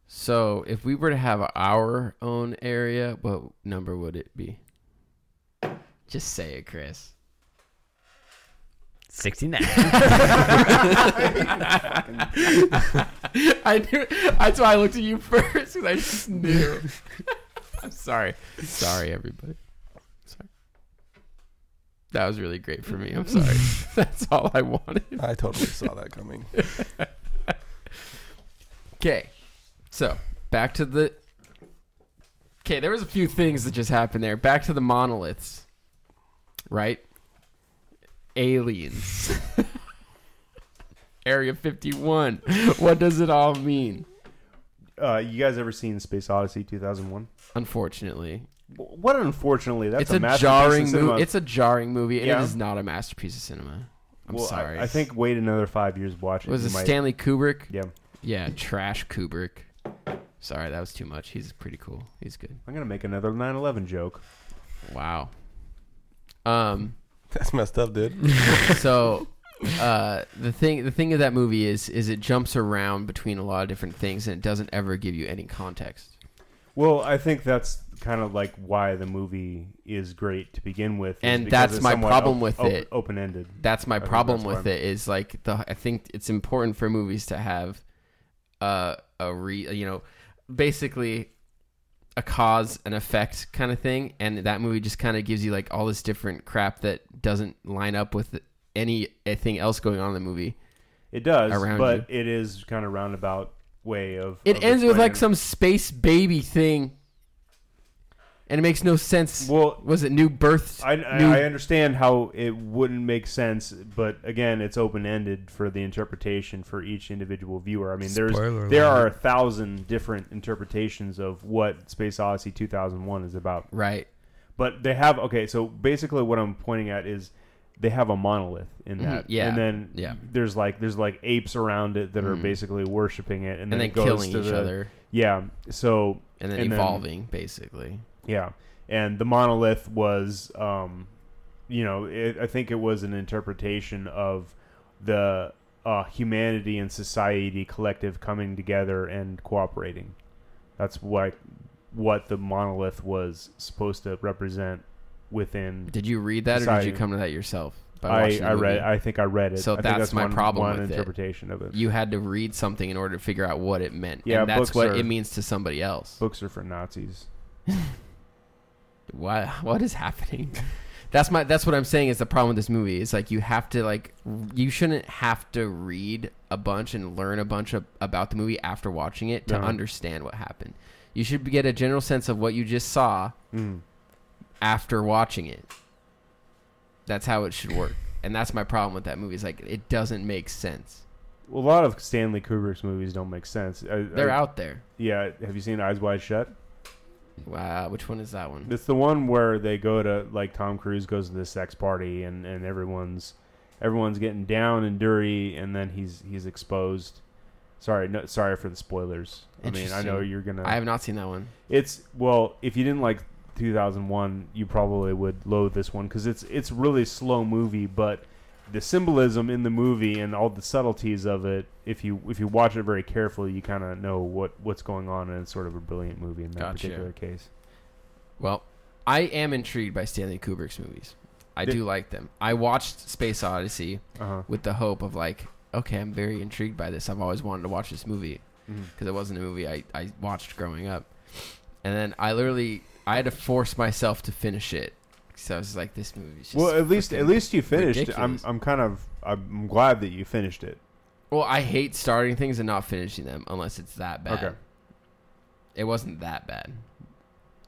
S2: so if we were to have our own area, what number would it be? Just say it, Chris.
S3: 69.
S2: I knew. That's why I looked at you first because I just knew. I'm sorry. Sorry, everybody. Sorry. That was really great for me. I'm sorry. That's all I wanted.
S4: I totally saw that coming.
S2: Okay. So back to the. Okay, there was a few things that just happened there. Back to the monoliths, right? Aliens. Area 51. What does it all mean?
S1: Uh, you guys ever seen Space Odyssey 2001?
S2: Unfortunately,
S1: W- What unfortunately, that's
S2: it's
S1: a,
S2: a,
S1: masterpiece
S2: jarring
S1: of
S2: movie.
S1: cinema.
S2: It's a jarring movie. and
S1: Yeah.
S2: It is not a masterpiece of cinema. I'm
S1: Well, I-
S2: sorry.
S1: I, think wait another five years, watch it.
S2: was
S1: you
S2: it
S1: might-
S2: Stanley Kubrick?
S1: Yeah,
S2: Yeah, trash Kubrick. Sorry, that was too much. He's pretty cool. He's good.
S1: I'm gonna make another 9/11 joke.
S2: Wow. Um.
S4: That's messed up, dude.
S2: So, uh, the thing the thing of that movie is is it jumps around between a lot of different things and it doesn't ever give you any context.
S1: Well, I think that's kind of like why the movie is great to begin with, is
S2: And
S1: because
S2: that's
S1: it's
S2: my
S1: somewhat
S2: problem with it.
S1: Open ended.
S2: That's my
S1: think
S2: problem
S1: that's
S2: with
S1: why-
S2: it. Is like the I think it's important for movies to have uh, a re you know basically a cause and effect kind of thing, and that movie just kind of gives you like all this different crap that doesn't line up with anything else going on in the movie.
S1: It does,
S2: Around
S1: but it is kind of roundabout way of.
S2: It
S1: of
S2: ends with like
S1: explaining-
S2: some space baby thing, and it makes no sense.
S1: Well,
S2: was it new birth?
S1: I, I,
S2: new,
S1: I understand how it wouldn't make sense, but again, it's open ended for the interpretation for each individual viewer. I mean, there's
S3: Spoiler
S1: there
S3: alert.
S1: are a thousand different interpretations of what Space Odyssey 2001 is about.
S2: right.
S1: But they have okay. So basically, what I'm pointing at is they have a monolith in that,
S2: Mm-hmm. yeah,
S1: and then
S2: yeah. Mm-hmm.
S1: there's like there's like apes around it that are basically worshiping it, and then,
S2: And then
S1: it goes
S2: killing
S1: to
S2: each
S1: the-
S2: other,
S1: Yeah. So
S2: and then
S1: and then-
S2: evolving basically.
S1: yeah, and the monolith was, um, you know, it, I think it was an interpretation of the uh, humanity and society collective coming together and cooperating. That's what what the monolith was supposed to represent within.
S2: Did you read that, or did
S1: Society.
S2: you come to that yourself?
S1: I,
S2: watching the
S1: I read.
S2: movie?
S1: I think I read it.
S2: So
S1: I think
S2: that's my
S1: one,
S2: problem
S1: One
S2: with it.
S1: interpretation of it.
S2: you had to read something in order to figure out what it meant.
S1: Yeah,
S2: and that's
S1: books
S2: what
S1: are-
S2: it means to somebody else.
S1: Books are for Nazis.
S2: Why? What is happening? That's my. That's what I'm saying is the problem with this movie. Is like you have to like r- you shouldn't have to read a bunch and learn a bunch of, about the movie after watching it to
S1: No.
S2: understand what happened. You should get a general sense of what you just saw
S1: Mm.
S2: after watching it. That's how it should work, and that's my problem with that movie. Is like it doesn't make sense.
S1: A lot of Stanley Kubrick's movies don't make sense. I,
S2: They're
S1: I-
S2: out there.
S1: Yeah. Have you seen Eyes Wide Shut?
S2: Wow, which one is that one?
S1: It's the one where they go to like Tom Cruise goes to this sex party and, and everyone's everyone's getting down and dirty and then he's he's exposed. Sorry, no, sorry for the spoilers. I mean, I know
S2: Interesting.
S1: you're gonna.
S2: I have not seen that one.
S1: It's well, if you didn't like 2001, you probably would loathe this one because it's it's really slow movie, but the symbolism in the movie and all the subtleties of it, if you if you watch it very carefully, you kind of know what what's going on, and it's sort of a brilliant movie in that
S2: Gotcha.
S1: particular case.
S2: Well, I am intrigued by Stanley Kubrick's movies. I
S1: Did-
S2: do like them. I watched Space Odyssey
S1: Uh huh.
S2: with the hope of like, okay, I'm very intrigued by this. I've always wanted to watch this movie because it wasn't a movie I, I watched growing up. And then I literally I had to force myself to finish it because I was just like, this movie's just
S1: Well, at least
S2: freaking-
S1: at least you finished. it. I'm
S2: ridiculous.
S1: I'm kind of I'm glad that you finished it.
S2: Well, I hate starting things and not finishing them unless it's that bad.
S1: Okay.
S2: It wasn't that bad.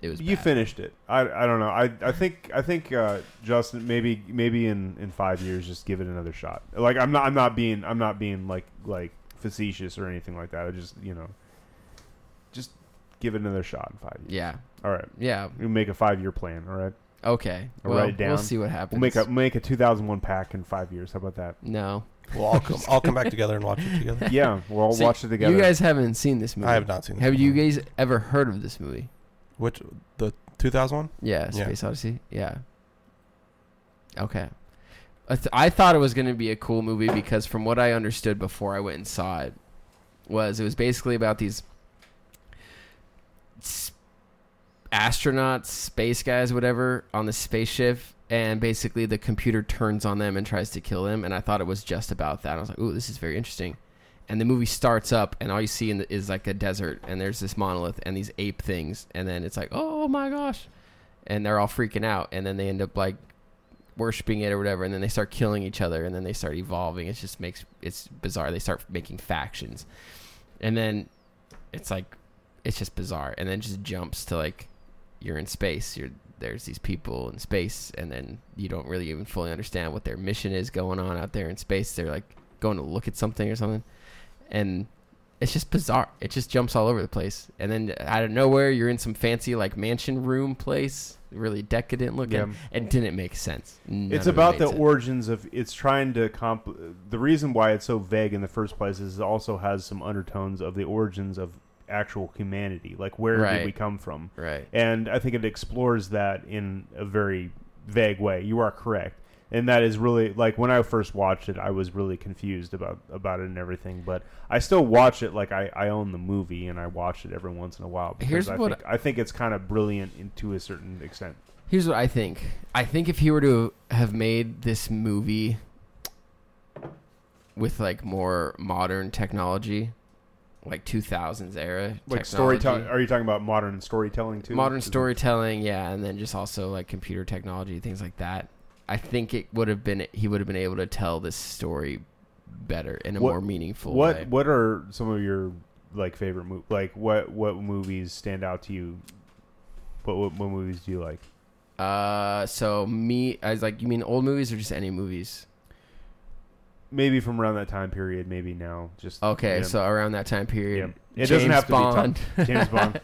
S2: It was
S1: You
S2: bad.
S1: finished it. I, I don't know. I, I think I think uh, Justin maybe maybe in, in five years just give it another shot. Like I'm not I'm not being I'm not being like like facetious or anything like that. I just you know just give it another shot in five years.
S2: Yeah.
S1: All right.
S2: Yeah.
S1: We make a five year plan. All right.
S2: Okay.
S1: I'll
S2: well,
S1: write it down.
S2: We'll see what
S1: We'll
S2: happens.
S1: make a make a 2001 pack in five years. How about that?
S2: No.
S4: Well, I'll come. I'll come back together and watch it together.
S1: Yeah, we'll all
S2: See,
S1: watch it together.
S2: You guys haven't seen this movie.
S4: I have not seen.
S2: Have
S4: this
S2: you
S4: one.
S2: guys ever heard of this movie?
S4: Which the 2000 one?
S2: Yeah,
S4: Yeah.
S2: Space Odyssey. Yeah. Okay. I, th- I thought it was going to be a cool movie because from what I understood before I went and saw it was it was basically about these s- astronauts, space guys, whatever, on the spaceship and basically the computer turns on them and tries to kill them and I thought it was just about that. I was like, "Ooh, this is very interesting." And the movie starts up and all you see in the, is like a desert and there's this monolith and these ape things and then it's like, "Oh my gosh." and they're all freaking out and then they end up like worshiping it or whatever and then they start killing each other and then they start evolving it just makes it's bizarre they start making factions and then it's like it's just bizarre and then it just jumps to like you're in space you're there's these people in space and then you don't really even fully understand what their mission is going on out there in space they're like going to look at something or something and it's just bizarre. It just jumps all over the place, and then out of nowhere, you're in some fancy like mansion room place, really decadent looking.
S1: Yeah.
S2: It didn't make sense. None
S1: it's
S2: of it
S1: about
S2: made
S1: the
S2: sense.
S1: origins of it's trying to comp the reason why it's so vague in the first place is it also has some undertones of the origins of actual humanity like where
S2: Right.
S1: did we come from
S2: right.
S1: and i think it explores that in a very vague way you are correct and that is really like when i first watched it i was really confused about about it and everything but i still watch it like i, I own the movie and i watch it every once in a while because
S2: Here's
S1: I,
S2: what
S1: think, I think it's kind of brilliant in, to a certain extent
S2: Here's what I think. I think if he were to have made this movie with like more modern technology, like 2000s era,
S1: like
S2: technology,
S1: storytelling are you talking about modern storytelling too
S2: modern
S1: Is it-
S2: storytelling, yeah, and then just also like computer technology, things like that. I think it would have been he would have been able to tell this story better in a
S1: What-
S2: more meaningful
S1: what
S2: way.
S1: what are some of your like favorite mo- like what what movies stand out to you what, what what movies do you like
S2: Uh, so me, I was like, you mean old movies or just any movies?
S1: maybe from around that time period maybe now just
S2: Okay,
S1: yeah.
S2: so around that time
S1: yeah.
S2: period,
S1: it
S2: James
S1: doesn't have to
S2: Bond.
S1: be Tom- James Bond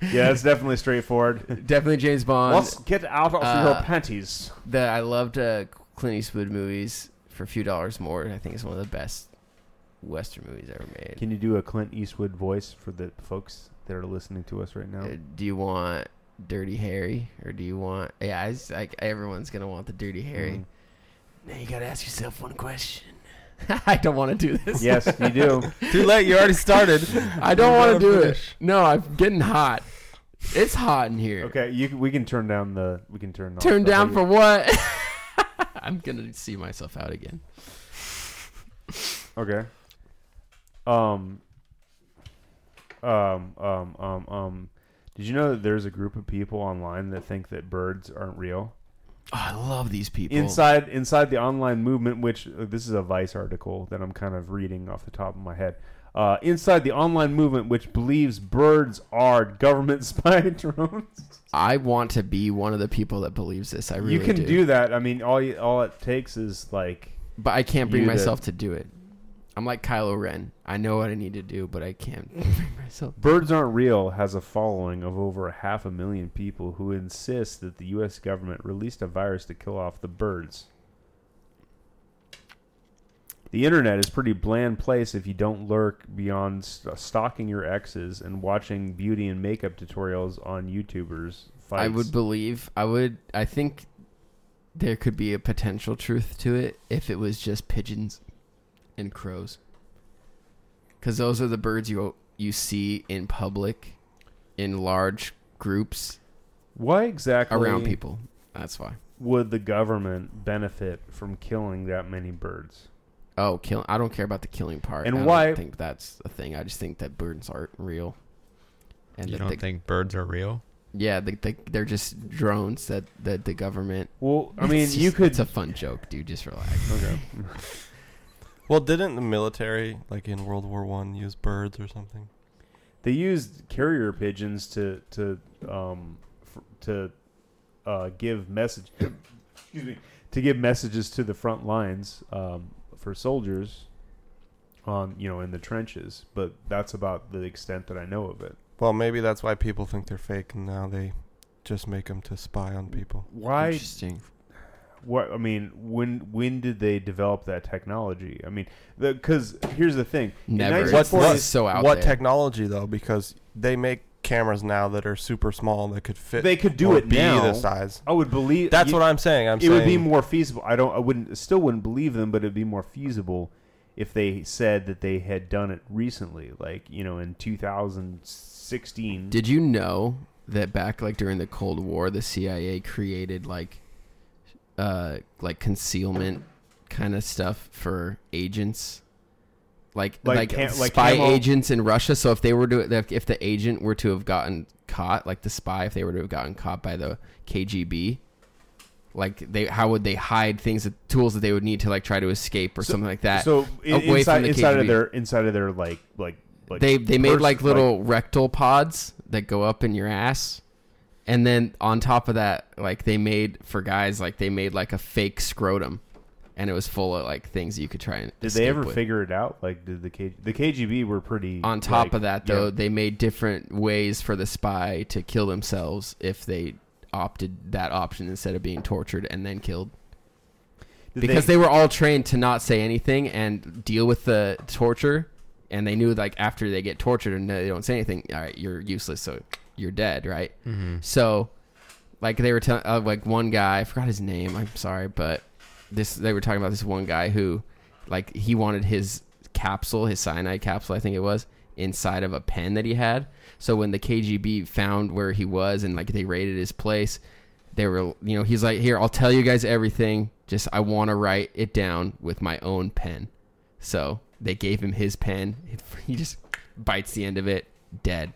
S1: yeah that's definitely straightforward
S2: definitely James Bond.
S1: let's get out of
S2: uh,
S1: your panties
S2: that I loved uh, Clint Eastwood movies for a few dollars more. I think it's one of the best Western movies ever made.
S1: can you do a Clint Eastwood voice for the folks that are listening to us right now
S2: Uh, do you want Dirty Harry or do you want? Yeah, I s- like everyone's gonna want the Dirty Harry.
S1: Mhm.
S2: Now you gotta ask yourself one question. I don't want to do
S1: Mm.
S2: this.
S1: yes you do
S4: Too late. You already started.
S2: I don't
S4: You
S2: want to
S4: gotta
S2: do it.
S4: finish.
S2: No, I'm getting hot. It's hot in here.
S1: okay you can- we can turn down the we can turn off
S2: Turn
S1: the
S2: down
S1: whole-
S2: for what? I'm gonna see myself out again.
S1: Okay. Um. Um. Um. Um. Um. Did you know that there's a group of people online that think that birds aren't real?
S2: Oh, I love these people.
S1: Inside inside the online movement, which uh, this is a Vice article that I'm kind of reading off the top of my head. Uh, inside the online movement, which believes birds are government spy drones,
S2: I want to be one of the people that believes this. I really
S1: you can
S2: do.
S1: do. that. I mean, all you, all it takes is like
S2: but I can't bring
S1: You did.
S2: myself to do it. I'm like Kylo Ren. I know what I need to do, but I can't bring myself.
S1: Birds Aren't Real has a following of over a half a million people who insist that the U.S. government released a virus to kill off the birds. The internet is pretty bland place if you don't lurk beyond st- stalking your exes and watching beauty and makeup tutorials on YouTubers. Fights.
S2: I would believe. I would. I think there could be a potential truth to it if it was just pigeons and crows. Because those are the birds you you see in public, in large groups
S1: Why exactly
S2: around people. That's why.
S1: would the government benefit from killing that many birds?
S2: Oh, kill! I don't care about the killing part.
S1: And
S2: I
S1: why-
S2: Don't think that's a thing. I just think that birds aren't real. And
S3: you
S2: that
S3: don't
S2: they-
S3: think birds are real?
S2: yeah, they, they, they're just drones that, that the government.
S1: Well, I
S2: It's
S1: mean,
S2: just-
S1: you could.
S2: It's a fun joke, dude. Just relax.
S1: okay.
S4: Well, didn't the military, like in World War One, use birds or something?
S1: They used carrier pigeons to to um f- to uh, give message. excuse me. To give messages to the front lines um, for soldiers, on you know in the trenches, but that's about the extent that I know of it.
S4: Well, maybe that's why people think they're fake, and now they just make them to spy on people.
S1: Why
S2: Interesting.
S1: what I mean, when when did they develop that technology? I mean, because here's the thing: In
S2: Never. It's
S4: What,
S1: 1940s
S4: what,
S2: so out
S4: what
S2: there.
S4: technology though? Because they make cameras now that are super small that could fit.
S1: They could do
S4: or
S1: it
S4: be
S1: now.
S4: the size.
S1: I would believe
S4: That's
S1: you-
S4: what I'm saying. I'm
S1: it
S4: saying
S1: would be more feasible. I don't. I wouldn't. Still wouldn't believe them, but it'd be more feasible if they said that they had done it recently, like you know, in 2016.
S2: Did you know that back like during the Cold War, the CIA created like, uh, like concealment kind of stuff for agents, like
S1: Like
S2: like,
S1: cam- like
S2: spy
S1: camo?
S2: agents in Russia. So if they were to if- if the agent were to have gotten caught, like the spy, if they were to have gotten caught by the KGB. Like they, how would they hide things, that, tools that they would need to like try to escape or something like that?
S1: so i-
S2: away
S1: inside
S2: from the
S1: inside of
S2: KGB.
S1: their inside of their like like like
S2: they they made
S1: purse-
S2: like little rectal pods that go up in your ass and then on top of that like they made for guys like they made like a fake scrotum and it was full of like things you could try and
S1: did
S2: escape
S1: they ever
S2: with.
S1: figure it out? Like, did the K, the KGB were pretty
S2: on top
S1: like,
S2: of that
S1: yeah.
S2: though they made different ways for the spy to kill themselves if they opted that option instead of being tortured and then killed
S1: Did
S2: because they, were all trained to not say anything and deal with the torture and they knew like after they get tortured and they don't say anything all right you're useless so you're dead right so like they were telling uh, like one guy i forgot his name i'm sorry but this they were talking about this one guy who like he wanted his capsule his cyanide capsule i think it was inside of a pen that he had so when the kgb found where he was and like they raided his place they were you know he's like here i'll tell you guys everything just i want to write it down with my own pen so they gave him his pen he just bites the end of it dead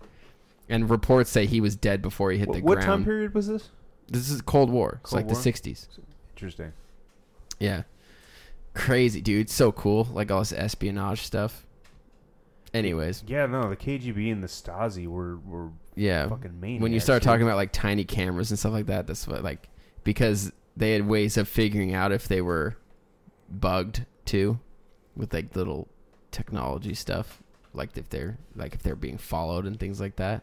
S2: and reports say he was dead before he hit the
S1: Wh- what
S2: ground
S1: time period was this?
S2: this is cold war it's
S1: Cold
S2: like
S1: War?
S2: the 60s
S1: Interesting.
S2: yeah crazy dude so cool like all this espionage stuff anyways
S1: Yeah, no, the KGB and the Stasi were were
S2: yeah
S1: fucking maniacs.
S2: when you start
S1: dude.
S2: talking about like tiny cameras and stuff like that that's what like because they had ways of figuring out if they were bugged too with like little technology stuff like if they're like if they're being followed and things like that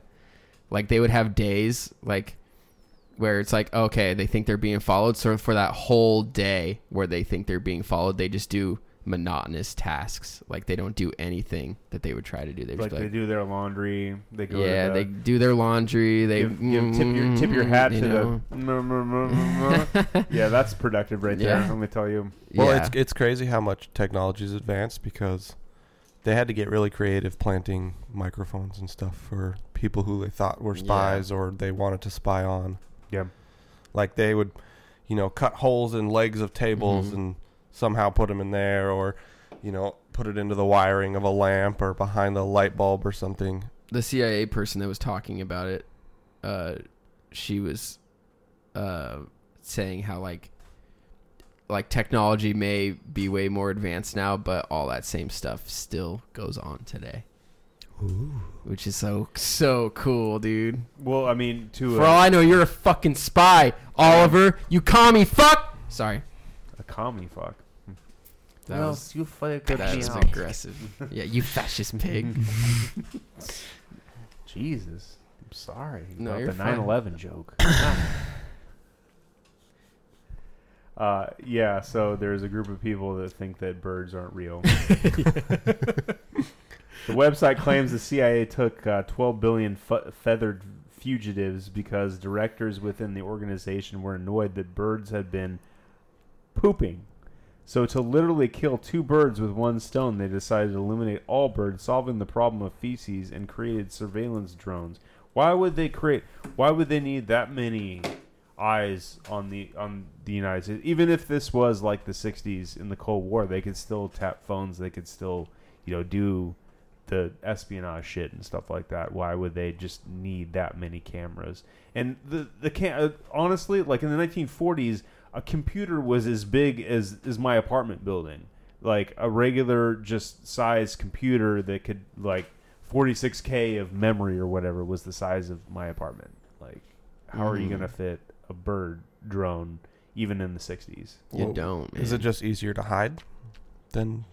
S2: like they would have days like where it's like okay they think they're being followed so for that whole day where they think they're being followed they just do monotonous tasks like they don't do anything that they would try to do they just
S1: like
S2: be like
S1: they do their laundry, they go
S2: yeah,
S1: to the,
S2: they do their laundry. They
S1: give,
S2: mm-hmm,
S1: give- tip your tip your hat
S2: you
S1: to
S2: know.
S1: the yeah, that's productive right there.
S2: Yeah.
S1: Let me tell you,
S4: Well,
S2: yeah.
S4: it's it's crazy how much technology's advanced because they had to get really creative planting microphones and stuff for people who they thought were
S2: Yeah.
S4: spies or they wanted to spy on.
S1: Yeah.
S4: Like they would, you know, cut holes in legs of tables
S2: Mhm.
S4: and somehow put them in there or, you know, put it into the wiring of a lamp or behind a light bulb or something.
S2: the CIA person that was talking about it, uh, she was uh, saying how like like technology may be way more advanced now, but all that same stuff still goes on today. Which is so so cool, dude.
S1: well, I mean, to
S2: For all
S1: a,
S2: I know, you're a fucking spy, Oliver. You commie fuck. Sorry.
S1: a commie fuck.
S2: That was-
S1: you fucking
S2: That was aggressive. yeah, you fascist pig.
S1: Jesus, I'm sorry
S2: No,
S1: about
S2: you're
S1: the
S2: fine.
S1: 9/11 joke. uh, yeah, so there's a group of people that think that birds aren't real. The website claims the CIA took uh, 12 billion fe- feathered fugitives because directors within the organization were annoyed that birds had been pooping. So, to literally kill two birds with one stone, they decided to eliminate all birds, solving the problem of feces, and created surveillance drones. Why would they create? Why would they need that many eyes on the on the United States? Even if this was like the '60s in the Cold War, they could still tap phones. They could still, you know, do the espionage shit and stuff like that. Why would they just need that many cameras? And the the can uh, honestly, like in the 1940s, a computer was as big as as my apartment building. Like a regular just size computer that could like 46k of memory or whatever was the size of my apartment. Like how are you going to fit a bird drone even in the 60s?
S2: You
S4: Well,
S2: don't.
S4: Is it
S2: man.
S4: just easier to hide than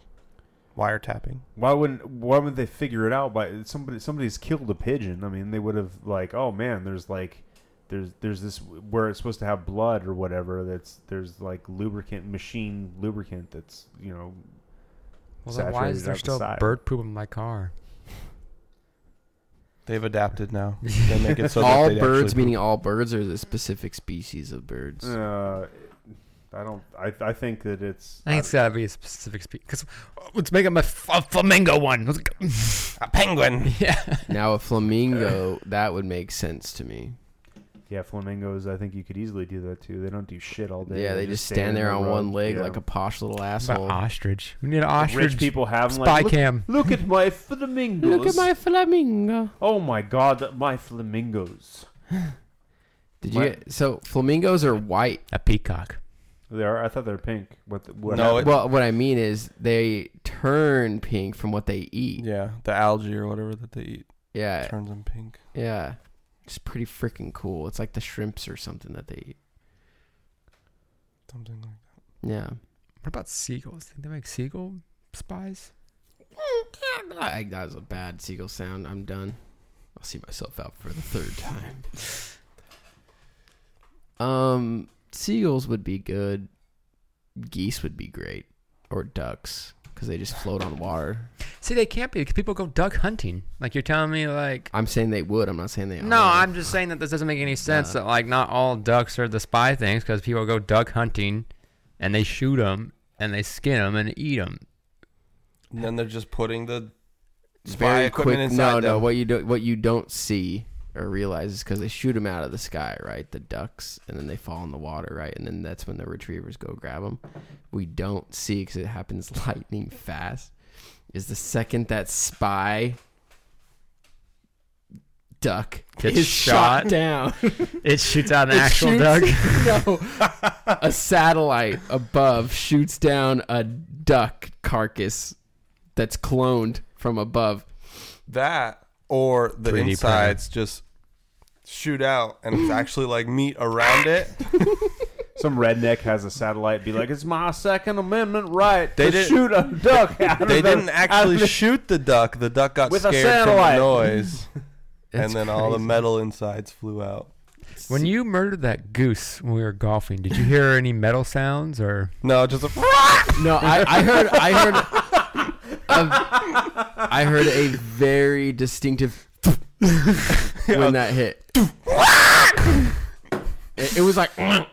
S4: wiretapping?
S1: Why wouldn't why would they figure it out by somebody somebody's killed a pigeon. I mean, they would have like, oh man, there's like there's there's this where it's supposed to have blood or whatever that's there's like lubricant machine lubricant that's, you know,
S3: Well, then
S1: Saturated
S3: why is
S1: out
S3: there
S1: the
S3: still
S1: side.
S3: bird poop in my car?
S4: They've adapted now. They make it so that
S2: all
S4: they
S2: birds,
S4: actually-
S2: meaning all birds, or is it specific species of birds?
S1: uh I don't I I think that it's
S3: I think it's gotta be a specific species. Cause let's make them a, f- a flamingo one. Let's go-
S4: a penguin.
S3: yeah.
S2: Now a flamingo, that would make sense to me.
S1: Yeah, flamingos. I think you could easily do that too. They don't do shit all day.
S2: yeah, they, just stand there
S1: in the
S2: on one
S1: road.
S2: leg
S1: Yeah.
S2: like a posh little
S3: What about
S2: asshole.
S3: ostrich. We need an
S1: The
S3: ostrich.
S1: Rich people have 'em,
S3: spy
S1: like, look,
S3: cam.
S1: Look at my flamingos.
S2: Look at my flamingo.
S1: Oh my god, my flamingos.
S2: Did you
S1: What?
S2: get, so flamingos are white?
S3: A peacock.
S1: They are. I thought they were pink. What? The, what
S4: No,
S1: happened?
S4: it-
S2: Well, what I mean is they turn pink from what they eat.
S4: Yeah, the algae or whatever that they eat
S2: Yeah,
S4: turns them pink.
S2: yeah. It's pretty freaking cool. It's like the shrimps or something that they eat.
S4: Something like that.
S2: Yeah.
S3: What about seagulls? Think they make seagull spies?
S2: Eh, I, that was a bad seagull sound. I'm done. I'll see myself out for the third time. Um, seagulls would be good. Geese would be great, or ducks because they just float on water.
S3: See, they can't be because people go duck hunting. Like you're telling me, like
S2: I'm saying they would. I'm not saying they.
S3: no,
S2: are.
S3: I'm just saying that this doesn't make any sense.
S2: Nah.
S3: That like not all ducks are the spy things because people go duck hunting, and they shoot them and they skin them and eat them.
S4: And then they're just putting the
S2: It's
S4: spy
S2: very
S4: equipment
S2: quick.
S4: inside
S2: No, no.
S4: them.
S2: What you do, what you don't see or realize is because they shoot them out of the sky, right? The ducks, and then they fall in the water, right? And then that's when the retrievers go grab them. We don't see because it happens lightning fast. Is the second that spy duck
S3: Gets
S2: is shot,
S3: shot.
S2: down,
S3: It shoots out an
S2: It
S3: actual
S2: shoots-
S3: duck.
S2: no, a satellite above shoots down a duck carcass that's cloned from above.
S4: that or the
S3: 3D
S4: insides just shoot out and it's actually like meat around it.
S1: Some redneck has a satellite. Be like, it's my Second Amendment right
S4: They
S1: to
S4: didn't-
S1: shoot a duck. Out
S4: They
S1: of the-
S4: didn't
S1: out of
S4: actually
S1: the-
S4: shoot the duck. The duck got
S1: With a
S4: scared from
S1: satellite.
S4: the noise,
S2: That's
S4: and then all the
S2: crazy.
S4: metal insides flew out.
S3: When you murdered that goose when we were golfing, did you hear any metal sounds or?
S4: No, just a
S2: No, I, I heard I heard a, I heard a very distinctive when that hit. it, it was like that's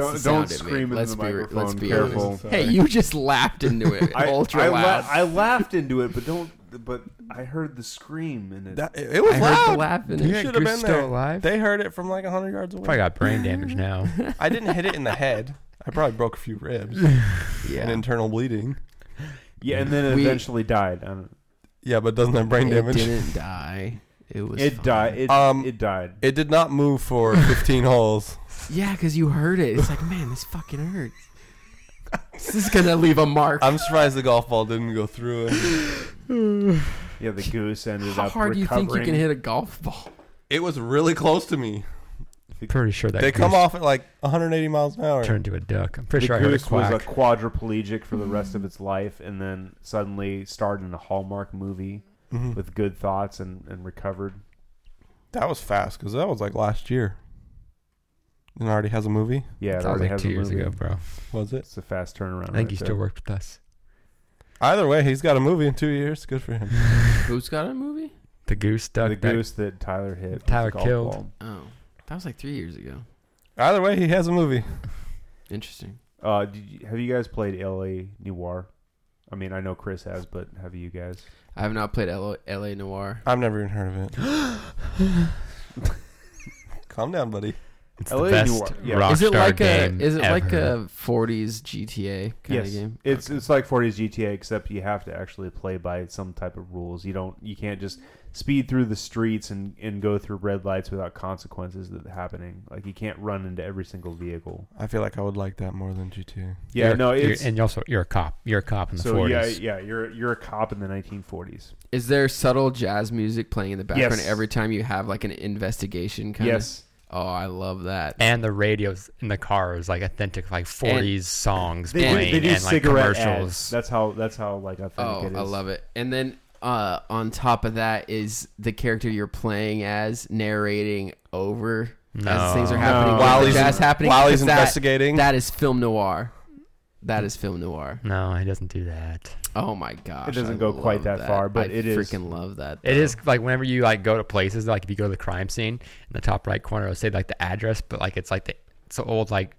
S1: Don't- don't
S2: the sound it made.
S1: scream in
S2: let's
S1: the
S2: be, re- Let's
S1: microphone,
S2: be
S1: careful.
S2: honest.
S1: Sorry.
S2: Hey, you just laughed into it
S1: I,
S2: ultra
S1: I, la-
S2: loud.
S1: I laughed into it, but don't. But I heard the scream in it.
S4: that, it, it was
S2: I heard the
S4: loud.
S2: laugh in
S3: You
S2: it.
S3: think that
S4: should have
S3: goose
S4: been
S3: still
S4: there.
S3: alive?
S4: They heard it from like hundred yards away.
S3: Probably got brain damage now.
S4: I didn't hit it in the head. I probably broke a few ribs and
S2: Yeah,
S4: internal bleeding.
S1: yeah, and then it
S2: We-
S1: eventually died. I don't,
S4: Yeah, but doesn't have brain
S2: it
S4: damage.
S2: didn't die. It was
S1: it
S2: fine.
S1: died. It,
S4: Um,
S1: it died.
S4: It did not move for 15 holes.
S2: Yeah, because you heard it. It's like, man, this fucking hurts. this is gonna leave a mark.
S4: I'm surprised the golf ball didn't go through it.
S1: Yeah, the goose ended
S2: How
S1: up
S2: hard do you
S1: recovering.
S2: think you can hit a golf ball?
S4: It was really close to me.
S3: Pretty sure that
S4: they come
S3: goose
S4: off at like 180 miles an hour.
S3: turned to a duck. I'm
S1: The
S3: pretty sure I heard a
S1: goose was
S3: quack.
S1: a quadriplegic for the rest of its life, and then suddenly starred in a Hallmark movie
S4: Mhm.
S1: with good thoughts and, and recovered.
S4: That was fast because that was like last year. And it already has a movie,
S1: Yeah, it
S3: that was
S1: already
S3: like
S1: has
S3: two
S1: a
S3: years
S1: movie.
S3: ago, bro.
S4: was it?
S1: It's a fast turnaround.
S3: I think
S1: right
S3: he
S1: there.
S3: still worked with us.
S4: Either way, he's got a movie in two years. Good for him.
S2: Who's got a movie?
S3: The goose duck.
S1: the
S3: that-
S1: goose that Tyler hit. with
S3: Tyler
S1: the golf
S3: killed.
S1: ball.
S2: Oh, that was like three years ago.
S4: Either way, he has a movie.
S2: Interesting.
S1: Uh, did you, have you guys played LA Noir? I mean, I know Chris has, but have you guys?
S2: I have not played LA, LA Noir.
S4: I've never even heard of it. Calm down, buddy.
S3: It's
S1: LA
S3: the best
S1: Noir, yeah.
S3: rock
S2: is it
S3: star
S2: like
S3: game
S2: a is it like
S3: ever.
S2: a 40s GTA kind of game?
S1: It's it's like 40s GTA, except you have to actually play by some type of rules. You don't you can't just speed through the streets and, and go through red lights without consequences that happening. Like you can't run into every single vehicle.
S4: I feel like I would like that more than GTA.
S1: Yeah,
S3: You're-
S1: no,
S3: you're-
S1: it's
S3: and you're also you're a cop. You're a cop in the
S1: so
S3: 40s.
S1: yeah, yeah. You're you're a cop in the 1940s.
S2: Is there subtle jazz music playing in the background
S1: Yes.
S2: every time you have like an investigation kind
S1: Yes,
S2: of? Oh, I love that.
S3: And the radios in the car is like authentic, like 40s songs
S1: they do,
S3: playing
S1: they do
S3: and like
S1: cigarette ads.
S3: commercials.
S1: That's how that's how like authentic
S2: Oh,
S1: it is.
S2: I love it. And then uh, on top of that is the character you're playing as narrating over as
S3: No.
S2: things are
S3: No.
S2: happening.
S1: Oh,
S4: while
S2: the
S4: he's
S2: jazz happening
S4: while he's
S2: 'cause that-
S4: investigating,
S2: that is film noir. That is film noir.
S3: No, he doesn't do that.
S2: Oh my gosh!
S1: It doesn't
S2: I
S1: go quite
S2: love
S1: that far, but
S2: I
S1: it is-
S2: freaking love that.
S3: It
S2: though.
S3: is like whenever you like go to places, like if you go to the crime scene in the top right corner, it'll say like the address, but like it's like the it's an old like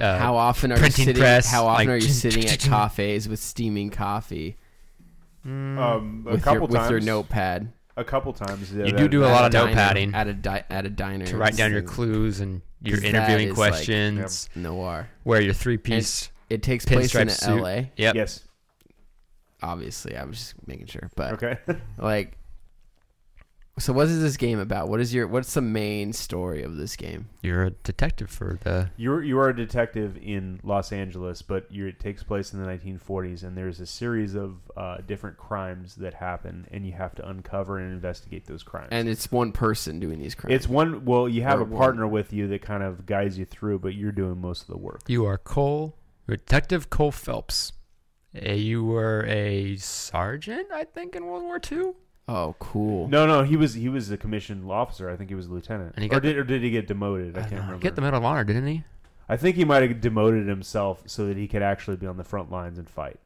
S3: uh,
S2: How often are you
S3: printing
S2: sitting?
S3: press,
S2: how often
S3: like,
S2: are you sitting at
S3: ching, ching,
S2: cafes with steaming coffee Mm.
S1: Um, a
S2: with
S1: couple
S2: your
S1: times
S2: with your notepad?
S1: A couple times.
S3: You do do a
S2: At
S3: lot of
S2: diner-
S3: notepadding.
S2: at a di- at a diner
S3: to write down your
S2: It's
S3: clues and your
S2: 'Cause that is,
S3: interviewing
S2: like,
S3: questions,
S2: Noir.
S3: wear your three piece
S2: It takes place in
S3: pinstripe suit.
S2: L.A.
S3: Yep.
S1: Yes.
S2: Obviously, I was just making sure, but
S1: Okay.
S2: like, so what is this game about? What is your what's the main story of this game?
S3: You're a detective for the
S1: You're you are a detective in Los Angeles, but you're, it takes place in the 1940s, and there's a series of uh, different crimes that happen, and you have to uncover and investigate those crimes.
S2: And it's one person doing these crimes.
S1: it's one well, you have
S2: Or
S1: a
S2: one.
S1: partner with you that kind of guides you through, but you're doing most of the work.
S3: You are Cole, Detective Cole Phelps. Uh, you were a sergeant, I think, in World War II.
S2: oh cool.
S1: No, no, he was he was a commissioned officer. I think he was a lieutenant,
S3: And he
S1: or
S3: got
S1: did or did he get demoted? I
S3: Uh,
S1: can't remember.
S3: he got the Medal of Honor, didn't he?
S1: I think he might have demoted himself so that he could actually be on the front lines and fight.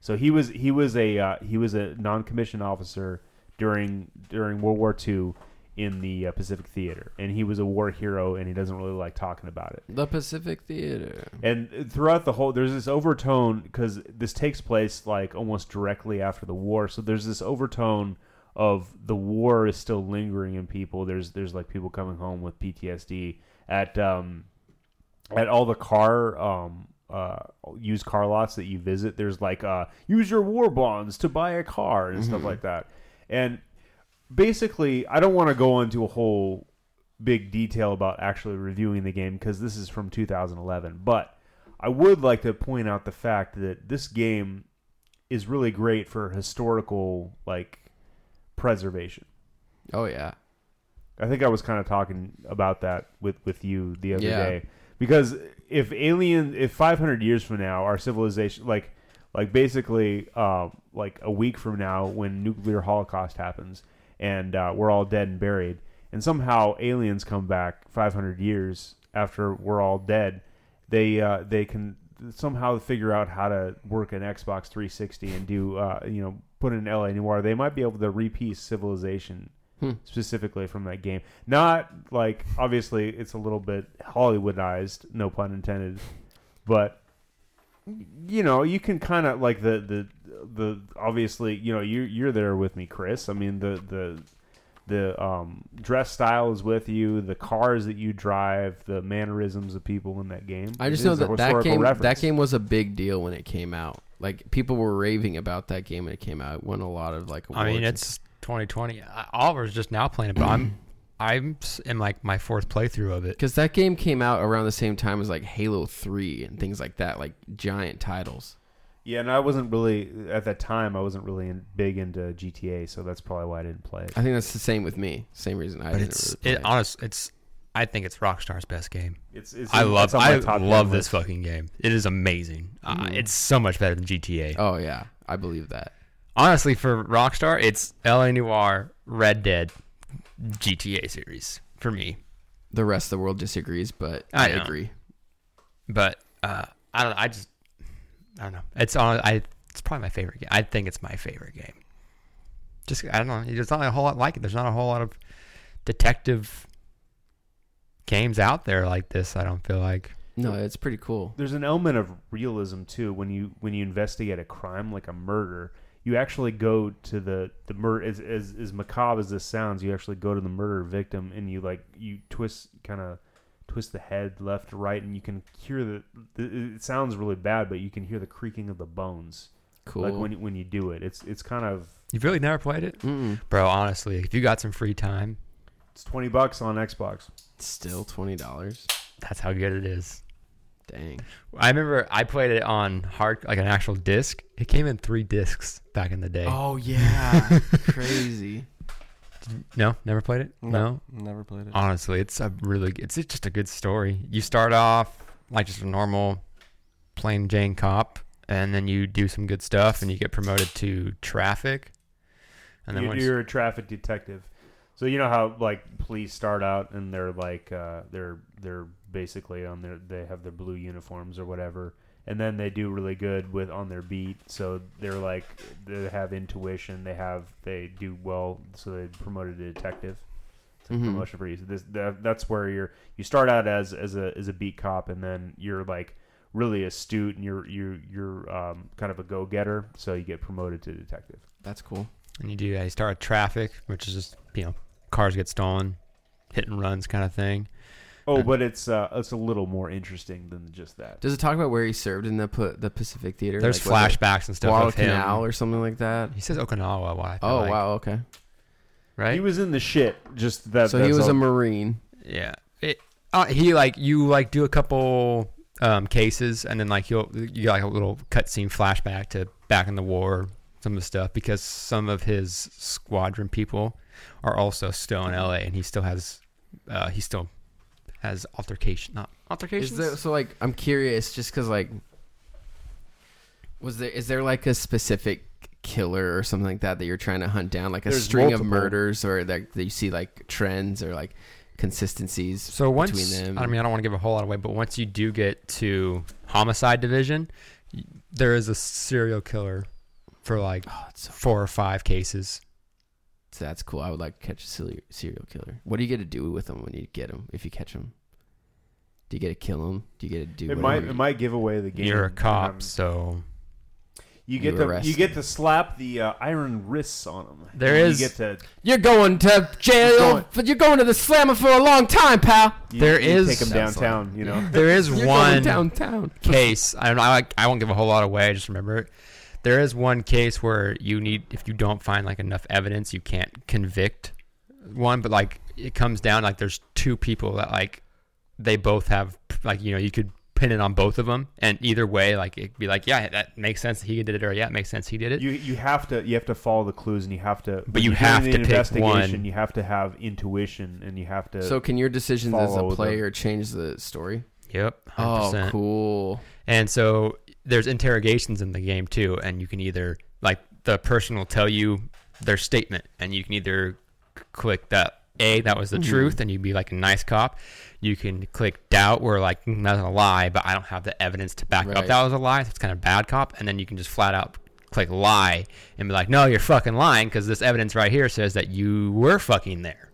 S1: So he was he was a uh, he was a non-commissioned officer during during World War II in the uh, Pacific Theater, and he was a war hero, and he doesn't really like talking about it.
S2: The Pacific Theater.
S1: And throughout the whole, there's this overtone because this takes place like almost directly after the war. So there's this overtone of the war is still lingering in people. There's there's like people coming home with PTSD at um, at all the car um, uh, used car lots that you visit. There's like uh, use your war bonds to buy a car and stuff like that. And basically, I don't want to go into a whole big detail about actually reviewing the game because this is from 2011. But I would like to point out the fact that this game is really great for historical like preservation.
S2: Oh yeah.
S1: I think I was kind of talking about that with with you the other
S2: Yeah.
S1: day because if alien if 500 years from now our civilization like like basically uh, like a week from now when nuclear holocaust happens and uh, we're all dead and buried and somehow aliens come back 500 years after we're all dead they uh, they can somehow figure out how to work an Xbox 360 and do uh, you know put in LA Noir they might be able to repiece civilization specifically from that game. Not like obviously it's a little bit Hollywoodized, no pun intended, but you know you can kind of like the the the obviously you know you you're there with me, Chris. I mean the the the um, dress style is with you, the cars that you drive, the mannerisms of people in that game.
S2: I just
S1: It
S2: know
S1: is a
S2: that that
S1: historical
S2: game that
S1: reference.
S2: game was a big deal when it came out. Like people were raving about that game when it came out. It won a lot of like awards.
S3: I mean,
S2: and
S3: it's 2020. I- Oliver's just now playing it, but I'm I'm s- in like my fourth playthrough of it.
S2: Because that game came out around the same time as like Halo Three and things like that, like giant titles.
S1: Yeah, and I wasn't really at that time. I wasn't really in, big into GTA, so that's probably why I didn't play it.
S2: I think that's the same with me. Same reason I
S3: But
S2: didn't
S3: it's
S2: really
S3: it
S2: play it.
S3: honest. It's I think it's Rockstar's best game.
S1: It's, it's
S3: I
S1: it's
S3: love
S1: on my
S3: I
S1: top 10
S3: love this
S1: list.
S3: fucking game. It is amazing. Uh, it's so much better than GTA.
S2: Mm-hmm. Oh yeah, I believe that.
S3: honestly, for Rockstar, it's LA Noir, Red Dead, GTA series for me.
S2: The rest of the world disagrees, but I,
S3: I know.
S2: agree.
S3: But uh, I don't. I just I don't know. It's on. I it's probably my favorite game. I think it's my favorite game. Just I don't know. There's not a whole lot like it. There's not a whole lot of detective games out there like this. I don't feel like.
S2: No, it's pretty cool.
S1: there's an element of realism too when you when you investigate a crime like a murder you actually go to the the murder as, as as macabre as this sounds you actually go to the murder victim and you like you twist kind of twist the head left to right and you can hear the, the it sounds really bad but you can hear the creaking of the bones
S2: Cool.
S1: like when you- when you do it it's it's kind of
S3: You've really never played it,
S2: Mm-mm.
S3: bro. Honestly, if you got some free time,
S1: it's 20 bucks on Xbox
S2: Still twenty dollars.
S3: that's how good it is.
S2: Dang.
S3: I remember I played it on hard, like an actual disc. It came in three discs back in the day.
S2: Oh yeah, crazy.
S3: No, never played it. No,
S4: never played it.
S3: honestly, it's a really, it's just a good story. You start off like just a normal, plain Jane cop, and then you do some good stuff, and you get promoted to traffic. And then
S1: you,
S3: once,
S1: you're a traffic detective so you know how like police start out and they're like uh, they're they're basically on their they have their blue uniforms or whatever and then they do really good with on their beat so they're like they have intuition they have they do well so they promoted a detective it's like
S2: Mhm.
S3: Mm-hmm.
S1: promotion for you so this that, that's where you're you start out as as a as a beat cop and then you're like really astute and you're you're you're um, kind of a go-getter so you get promoted to detective
S2: That's cool.
S3: and you do, yeah, you start with traffic, which is just you know, cars get stolen, hit and runs kind of thing.
S1: Oh,
S3: And-
S1: but it's uh, it's a little more interesting than just that.
S2: Does it talk about where he served in the pa- the Pacific Theater?
S3: There's
S2: Like, was it
S3: flashbacks and stuff of him.
S2: Guadalcanal or something like that.
S3: He says Okinawa. Why? I feel
S2: Oh
S3: like,
S2: wow, okay.
S3: Right.
S1: He was in the shit. Just that.
S2: so he
S1: that's
S2: was a
S1: all-
S2: Marine.
S3: Yeah. It, uh, he like you like do a couple um, cases and then like you'll you get like a little cutscene flashback to back in the war some of the stuff because some of his squadron people are also still in LA and he still has uh, he still has altercation not
S2: Is
S3: altercations
S2: there, so like I'm curious, just because like, was there is there like a specific killer or something like that that you're trying to hunt down, like a
S1: There's
S2: string of
S1: multiple.
S2: murders, or that that you see like trends or like consistencies?
S3: so once
S2: between them.
S3: I mean I don't want to give a whole lot away but once you do get to homicide division y- there is a serial killer for like
S2: oh, it's so,
S3: four or five cases
S2: so that's cool. I would like to catch a serial, serial killer. What do you get to do with them when you get them? If you catch them, do you get to kill them? Do you get to do?
S1: It
S2: whatever
S1: might
S2: you-
S1: it might give away the game.
S3: you're a cop
S1: Um,
S3: so
S1: you get
S2: You
S1: to
S2: arrest
S1: you get
S2: him.
S1: to slap the uh, iron wrists on him.
S3: There
S1: you
S3: is-
S1: get to
S2: You're going to
S1: You're
S2: jail.
S1: going-
S2: for You're going to the slammer for a long time, pal.
S1: you,
S3: There
S1: you
S3: is-
S1: take him
S2: Sounds like-
S1: downtown. You know.
S3: There is
S2: You're going
S3: one
S2: downtown.
S3: case. I don't know. I, like, I won't give a whole lot away. Just remember it. There is one case where you need, if you don't find like enough evidence, you can't convict one. But like, it comes down like there's two people that like they both have like you know you could pin it on both of them, and either way like it'd be like yeah that makes sense that he did it or yeah it makes sense he did it.
S1: You you have to you have to follow the clues and you have to. when
S3: you
S1: you're
S3: have
S1: doing
S3: to
S1: an
S3: pick
S1: investigation,
S3: one.
S1: You have to have intuition and you have to.
S2: So can your decisions as a
S1: follow the-
S2: player change the story?
S3: yep.
S2: Oh, cool.
S3: And so there's interrogations in the game too, and you can either like the person will tell you their statement, and you can either click that A, that was the
S2: Mm-hmm.
S3: truth, and you'd be like a nice cop. You can click doubt, where like "Mm, that's a lie, but I don't have the evidence to back
S2: Right.
S3: up that was a lie. So it's kind of bad cop, and then you can just flat out click lie and be like, no, you're fucking lying because this evidence right here says that you were fucking there,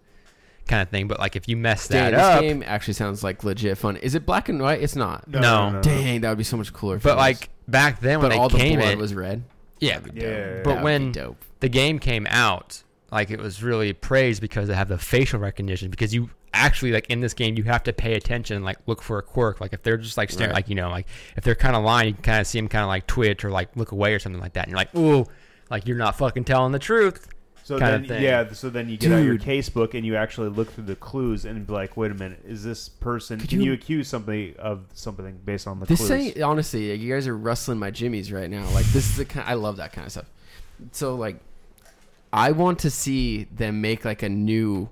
S3: kind of thing. But like if you mess that
S2: Dang, this
S3: up,
S2: game actually sounds like legit fun. Is it black and white? It's not.
S1: no,
S3: no.
S1: no, no, no.
S2: Dang, that would be so much cooler. if it
S3: but
S2: was.
S3: like back then when
S2: but
S3: they
S2: all the
S3: came
S2: blood
S3: it
S2: was red.
S3: yeah,
S2: That'd be
S1: Yeah,
S2: dope.
S1: yeah, yeah.
S3: But
S2: That would
S3: when-
S2: be dope.
S3: the game came out, like it was really praised because they have the facial recognition. Because you actually like in this game, you have to pay attention, and, like look for a quirk. Like if they're just like staring,
S2: Right.
S3: like you know, like if they're kind of lying, you can kind of see them kind of like twitch or like look away or something like that. And you're like, ooh, like you're not fucking telling the truth.
S1: So
S3: kinda
S1: then,
S3: thing.
S1: yeah. So then you get out your
S2: Dude.
S1: case book and you actually look through the clues and be like, "Wait a minute, is this person?
S2: Could
S1: Can you,
S2: you-
S1: accuse somebody of something based on the
S2: This
S1: clues?"
S2: thing, honestly, like, you guys are rustling my jimmies right now. Like this is the kind. I love that kind of stuff. So like, I want to see them make like a new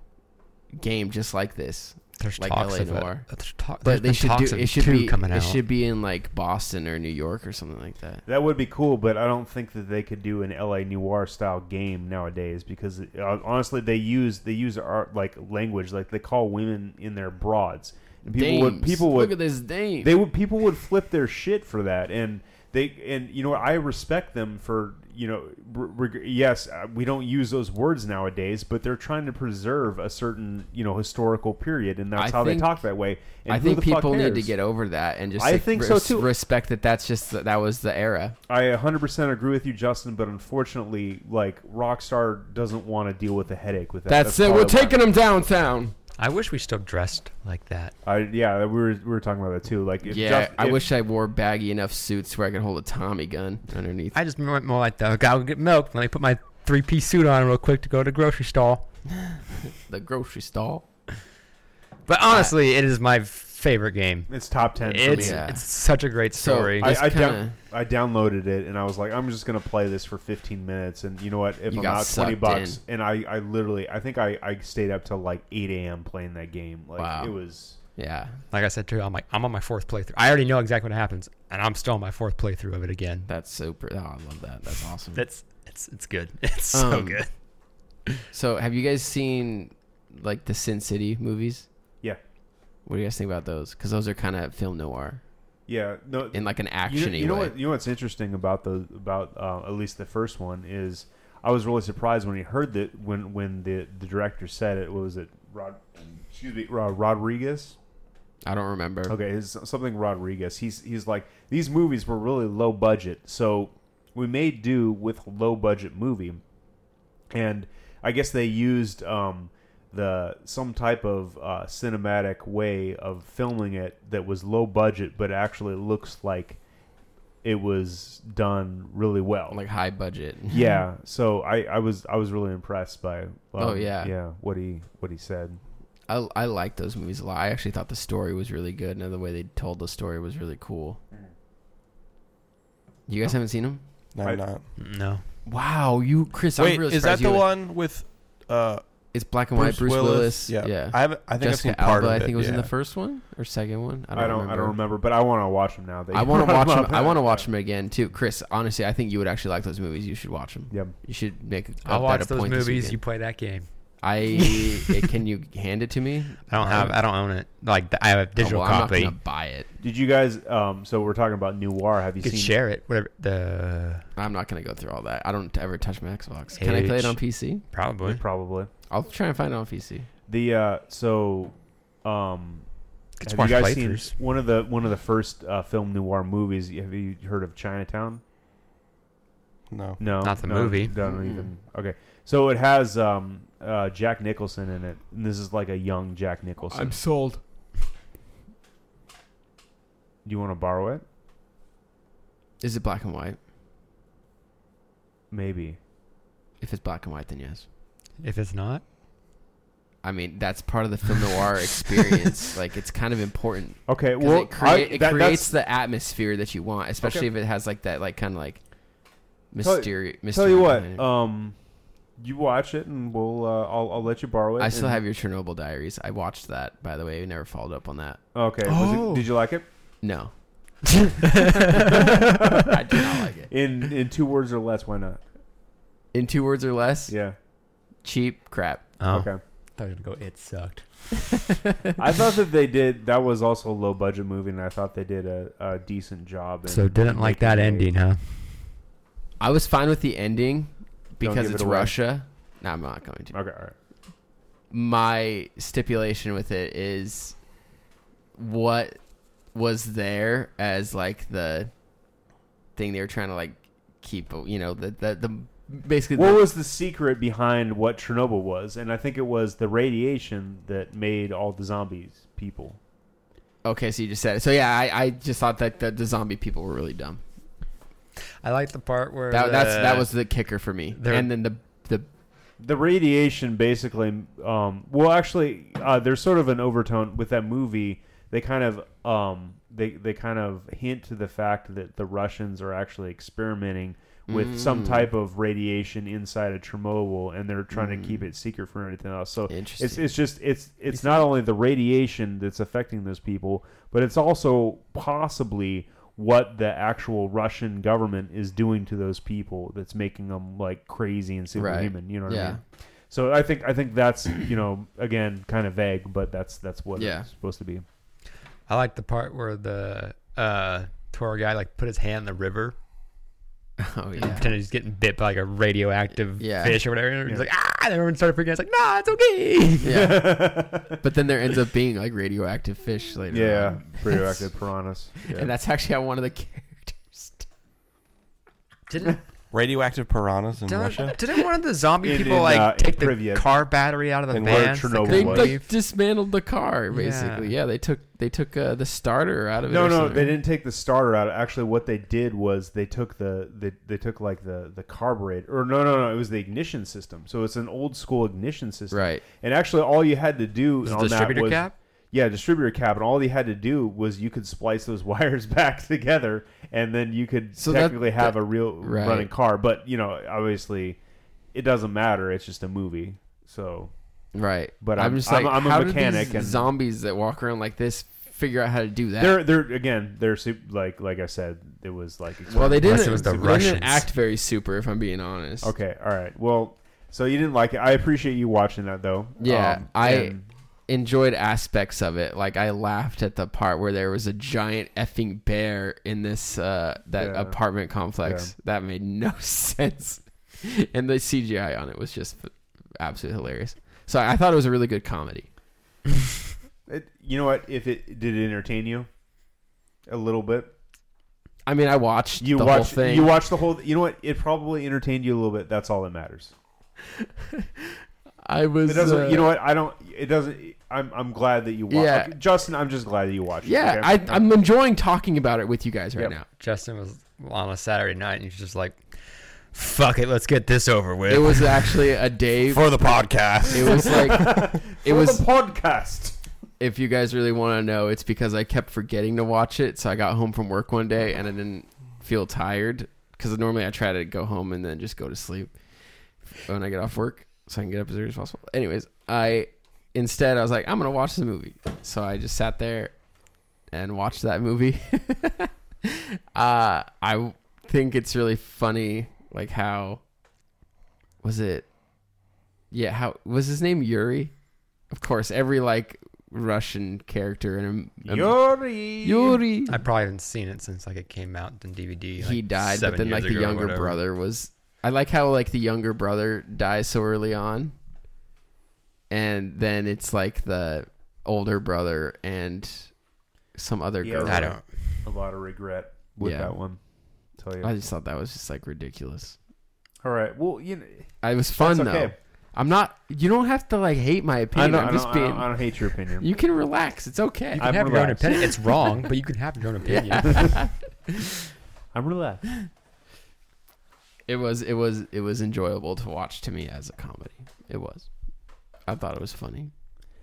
S2: game just like this.
S3: There's
S2: Like
S3: talks
S2: LA
S3: of
S2: Noire.
S3: it. There's
S2: But
S3: talk, there's
S2: they
S3: been
S2: should
S3: talks
S2: do.
S3: of
S2: It should
S3: two
S2: be.
S3: coming
S2: It
S3: out.
S2: should be in like Boston or New York or something like that.
S1: That would be cool, but I don't think that they could do an LA noir style game nowadays because uh, honestly, they use they use art like language, like they call women in their broads. And people would
S2: Dames.
S1: people would
S2: look at this dame.
S1: they would people would flip their shit for that, and they and you know what I respect them for you know re- reg- yes uh, we don't use those words nowadays but they're trying to preserve a certain you know historical period and that's
S2: I
S1: how they
S2: think-
S1: talk that way and
S2: I
S1: who
S2: think
S1: the fuck
S2: people need to
S1: cares?
S2: get over that and just
S1: I
S2: like,
S1: think so,
S2: res-
S1: too.
S2: respect that that's just that was the era.
S1: I 100% agree with you Justin but unfortunately like Rockstar doesn't want to deal with the headache with that
S2: That's, it.
S1: all
S2: We're
S1: they want.
S2: taking them downtown.
S3: I wish we still dressed like that.
S1: I, yeah we were, we were talking about that too like if
S2: yeah,
S1: Just-
S2: I
S1: if-
S2: wish I wore baggy enough suits where I could hold a Tommy gun underneath.
S3: I just went more like the guy would get milk. Let me put my three piece suit on real quick to go to grocery store.
S2: the grocery stall.
S3: But honestly, it is my favorite game.
S1: it's top 10 for
S3: It's
S1: me
S2: Yeah.
S3: it's such a great
S2: So,
S3: story.
S1: I,
S2: Just
S1: I, down-
S2: kinda-
S1: I downloaded it and I was like, I'm just gonna play this for 15 minutes, and you know what? If
S2: You
S1: I'm
S2: got
S1: out 20
S2: sucked
S1: bucks, and I, I literally, I think I, I stayed up till like 8 a.m. playing that game. Like
S2: Wow.
S1: it was,
S2: Yeah,
S3: like I said too, I'm like I'm on my fourth playthrough. I already know exactly what happens, and I'm still on my fourth playthrough of it again.
S2: that's super. Oh, I love that. That's awesome.
S3: That's it's it's good. It's so
S2: Um,
S3: good.
S2: so, have you guys seen like the Sin City movies?
S1: yeah,
S2: What do you guys think about those? Because those are kind of film noir
S1: yeah. No,
S2: in like an
S1: you,
S2: action.
S1: you know what? You know what's interesting about the about uh, at least the first one is I was really surprised when he heard that when when the the director said it. What was it? Rod, excuse me, Ro- Rodriguez.
S2: I don't remember.
S1: Okay, it's something Rodriguez. He's he's like these movies were really low budget, so we made do with low budget movie, and I guess they used um, the some type of uh, cinematic way of filming it that was low budget, but actually looks like it was done really well.
S2: Like high budget.
S1: yeah, so I, I was I was really impressed by um,
S2: Oh, yeah.
S1: yeah what he what he said.
S2: I I like those movies a lot. I actually thought the story was really good, and the way they told the story was really cool. You guys haven't seen them?
S4: No,
S1: I-
S4: I'm not.
S3: No,
S2: Wow, you Chris,
S4: Wait,
S2: I'm really
S4: is that
S2: surprised you
S4: the
S2: haven't-
S4: one with uh,
S2: It's black and
S4: Bruce,
S2: white. Bruce Willis. Yeah,
S4: Yeah, I haven't. I think
S2: Jessica
S4: I've seen part
S2: Alba,
S4: of it.
S2: I think was in
S4: yeah.
S2: the first one or second one. I don't,
S1: I don't,
S2: remember.
S1: I don't remember, but I want to watch him now. That
S2: I
S1: you
S2: want to
S1: brought
S2: watch him. I
S1: up.
S2: want to watch him again too, Chris. Honestly, I think you would actually like those movies. You should watch them.
S1: Yep.
S2: You should make.
S3: I'll
S2: of
S3: watch
S2: that a
S3: those
S2: point this
S3: movies. You
S2: weekend.
S3: play that game.
S2: I can you hand it to me?
S3: I don't have. I don't own it. Like I have a digital
S2: Oh, well, I'm
S3: copy.
S2: not gonna buy it.
S1: Did you guys? Um, so we're talking about noir. Have you
S3: You could
S1: seen?
S3: share it. Whatever the
S2: I'm not gonna go through all that. I don't ever touch my Xbox. Can I play it
S3: Age.
S2: on PC?
S3: probably.
S1: Probably
S2: I'll try and find it on PC.
S1: the uh, so. Um,
S3: Could
S1: have
S3: watch
S1: you guys seen
S3: playthroughs.
S1: one of the one of the first uh, film noir movies? Have you heard of Chinatown?
S4: No.
S1: No,
S3: Not the
S1: no,
S3: movie.
S1: Don't
S2: Mm-mm.
S1: even. Okay, so it has um, uh, Jack Nicholson in it, and this is like a young Jack Nicholson.
S2: sold.
S1: Do you want to borrow it?
S2: Is it black and white?
S1: Maybe.
S2: If it's black and white, then yes.
S3: If it's not,
S2: I mean, that's part of the film noir experience. like, it's kind of important
S1: Okay.
S2: 'Cause
S1: Well,
S2: it, create,
S1: I-
S2: it
S1: that-
S2: creates
S1: that's-
S2: the atmosphere that you want, especially if it has like that, like kind of like
S1: Tell-
S2: mysterious.
S1: Tell you what. Um, you watch it, and we'll. Uh, I'll, I'll let you borrow it.
S2: I still
S1: and-
S2: have your Chernobyl diaries. I watched that, by the way. We never followed up on that.
S1: Okay. was it-
S3: Oh.
S1: did you like it?
S2: No, I do not like it.
S1: In in two words or less, why not?
S2: In two words or less,
S1: Yeah.
S2: cheap crap.
S3: oh,
S1: Okay.
S3: I was gonna go. It sucked.
S1: I thought that they did. That was also a low budget movie, and I thought they did a, a decent job. In,
S3: So didn't like that ending, huh?
S2: I was fine with the ending because
S1: give
S2: it's
S1: it away.
S2: Russia. No, I'm not going to.
S1: Okay. All right.
S2: my stipulation with it is what was there as like the thing they were trying to like keep you know the the, the basically
S1: What
S2: the,
S1: was the secret behind what Chernobyl was? And I think it was the radiation that made all the zombies people.
S2: okay so you just said it so yeah i, I just thought that the, the zombie people were really dumb
S3: I like the part where
S2: that, that's
S3: the-
S2: that was the kicker for me
S3: they're-
S2: and then the the
S1: the radiation basically um, well actually uh, there's sort of an overtone with that movie they kind of um, they, they kind of hint to the fact that the russians are actually experimenting with some
S2: Mm.
S1: type of radiation inside of chernobyl and they're trying
S2: Mm.
S1: to keep it secret from everything else so
S2: interesting
S1: it's, it's just it's it's not only the radiation that's affecting those people but it's also possibly what the actual russian government is doing to those people that's making them like crazy and superhuman you know what i
S2: yeah
S1: mean so I think I think that's you know again kind of vague, but that's that's what
S2: Yeah.
S1: it's supposed to be.
S3: I like the part where the uh tour guide like put his hand in the river
S2: Oh
S3: and
S2: yeah.
S3: pretended he's getting bit by like a radioactive
S2: Yeah.
S3: fish or whatever. And
S1: Yeah.
S3: He's like, ah, and everyone started freaking out. It's like, nah, it's okay.
S2: Yeah. But then there ends up being like radioactive fish later.
S1: yeah,
S2: on.
S1: radioactive piranhas. Yeah.
S2: And that's actually how one of the characters.
S3: Didn't
S4: Radioactive piranhas in Russia.
S3: didn't, didn't one of the zombie
S1: In-
S3: people
S1: in,
S3: like
S1: uh, in
S3: take the
S1: Pripyat.
S3: car battery out of the
S4: In where
S3: van? so
S4: Chernobyl
S2: They
S3: couldn't
S4: was.
S2: like
S3: leave?
S2: dismantled the car basically. Yeah,
S3: Yeah.
S2: they took they took uh, the starter out of it.
S1: No,
S2: or
S1: no,
S2: something.
S1: they didn't take the starter out. Actually, what they did was they took the they, they took like the the carburetor or no, no, no, it was the ignition system. So it's an old school ignition system.
S2: Right.
S1: And actually, all you had to do
S3: Was it
S1: on that
S3: distributor
S1: was-
S3: cap?
S1: Yeah, distributor cap, and all you had to do was you could splice those wires back together, and then you could
S2: So that-
S1: technically have
S2: that-
S1: a real
S2: Right.
S1: running car. But you know, obviously, it doesn't matter. It's just a movie. So
S2: Right.
S1: But
S2: I'm,
S1: I'm-
S2: just like,
S1: I'm- I'm a
S2: how
S1: mechanic
S2: did these
S1: and-
S2: zombies that walk around like this figure out how to do that?
S1: they're they're again they're sup- like like I said, it was like
S2: well, they
S3: Unless
S2: didn't.
S3: it was the
S2: they
S3: Russians.
S2: didn't act very super, if I'm being honest.
S1: Okay, all right. Well, so you didn't like it. I appreciate you watching that though. Um,
S2: Yeah, I-
S1: and-
S2: Enjoyed aspects of it. Like I laughed at the part where there was a giant effing bear in this uh, that
S1: Yeah.
S2: apartment complex. That made no sense, and the CGI on it was just absolutely hilarious. So I thought it was a really good comedy.
S1: it, you know what? If it did it entertain you a little bit,
S2: I mean, I watched
S1: you
S2: the
S1: watch
S2: whole thing.
S1: you watch the whole. You know what? It probably entertained you a little bit. That's all that matters.
S2: I was.
S1: It doesn't.
S2: uh,
S1: you know what? I don't. It doesn't. I'm. I'm glad that you watched.
S2: Yeah.
S1: okay, Justin, I'm just glad that you watched.
S2: Yeah,
S1: it,
S2: I,
S1: okay?
S2: I'm enjoying talking about it with you guys right
S1: Yep.
S2: now.
S3: Justin was on a Saturday night and he was just like, fuck it, let's get this over with.
S2: It was actually a day.
S4: For the podcast.
S2: It was like it
S1: For
S2: was.
S1: the podcast.
S2: If you guys really want to know, it's because I kept forgetting to watch it. So I got home from work one day and I didn't feel tired because normally I try to go home and then just go to sleep when I get off work so I can get up as early as possible. Anyways, I instead I was like I'm gonna watch the movie. So I just sat there and watched that movie. uh, I think it's really funny, like how was it? Yeah, how was his name Yuri? Of course, every like Russian character in a, a-
S1: Yuri.
S2: Yuri.
S3: I probably haven't seen it since like it came out in DVD.
S2: he
S3: like,
S2: died, but
S3: seven
S2: then
S3: years
S2: like the
S3: ago or
S2: younger
S3: whatever.
S2: brother was. I like how like the younger brother dies so early on, and then it's like the older brother and some other
S1: Yeah,
S2: girl.
S3: I don't.
S1: A lot of regret with
S2: Yeah.
S1: that one. Tell you.
S2: I just thought that was just like ridiculous.
S1: all right. Well, you know,
S2: I was fun
S1: That's
S2: though.
S1: okay.
S2: I'm not. You don't have to like hate my
S1: I
S2: opinion.
S1: don't,
S2: I'm
S1: I,
S2: just
S1: don't, I,
S2: being.
S1: don't, I don't hate your opinion.
S2: you can relax. It's okay.
S3: You can
S1: I'm
S3: have
S1: relaxed.
S3: your own opinion. It's wrong, but you can have your own opinion.
S1: I'm relaxed.
S2: It was. It was. It was enjoyable to watch to me as a comedy. It was. I thought it was funny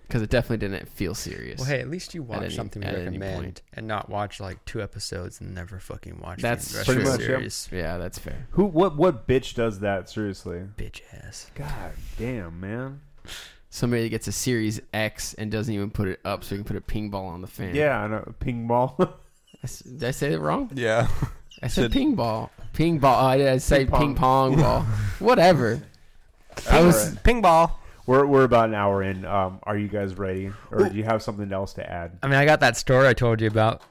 S2: because it definitely didn't feel serious.
S3: Well, hey, at least you watch
S2: any-
S3: something we
S2: at any
S3: recommend
S2: point.
S3: and not watch like two episodes and never fucking watch
S2: That's
S3: the rest
S2: true.
S3: of the
S1: Pretty much, yep.
S3: series.
S2: Yeah, that's fair.
S1: Who? What? What bitch does that? Seriously.
S3: Bitch ass.
S1: God damn, man.
S2: Somebody that gets a Series X and doesn't even put it up, so we can put a ping ball on the fan.
S1: Yeah, I know. Ping ball.
S2: I s- did I say it wrong?
S4: Yeah.
S2: I said
S4: Said-
S2: ping ball. Ping ball. I, I say
S1: pong.
S2: ping pong ball. Whatever. I was.
S4: Ping ball.
S1: we're we're about an hour in. Um, are you guys ready, or do you have something else to add?
S3: I mean, I got that story I told you about.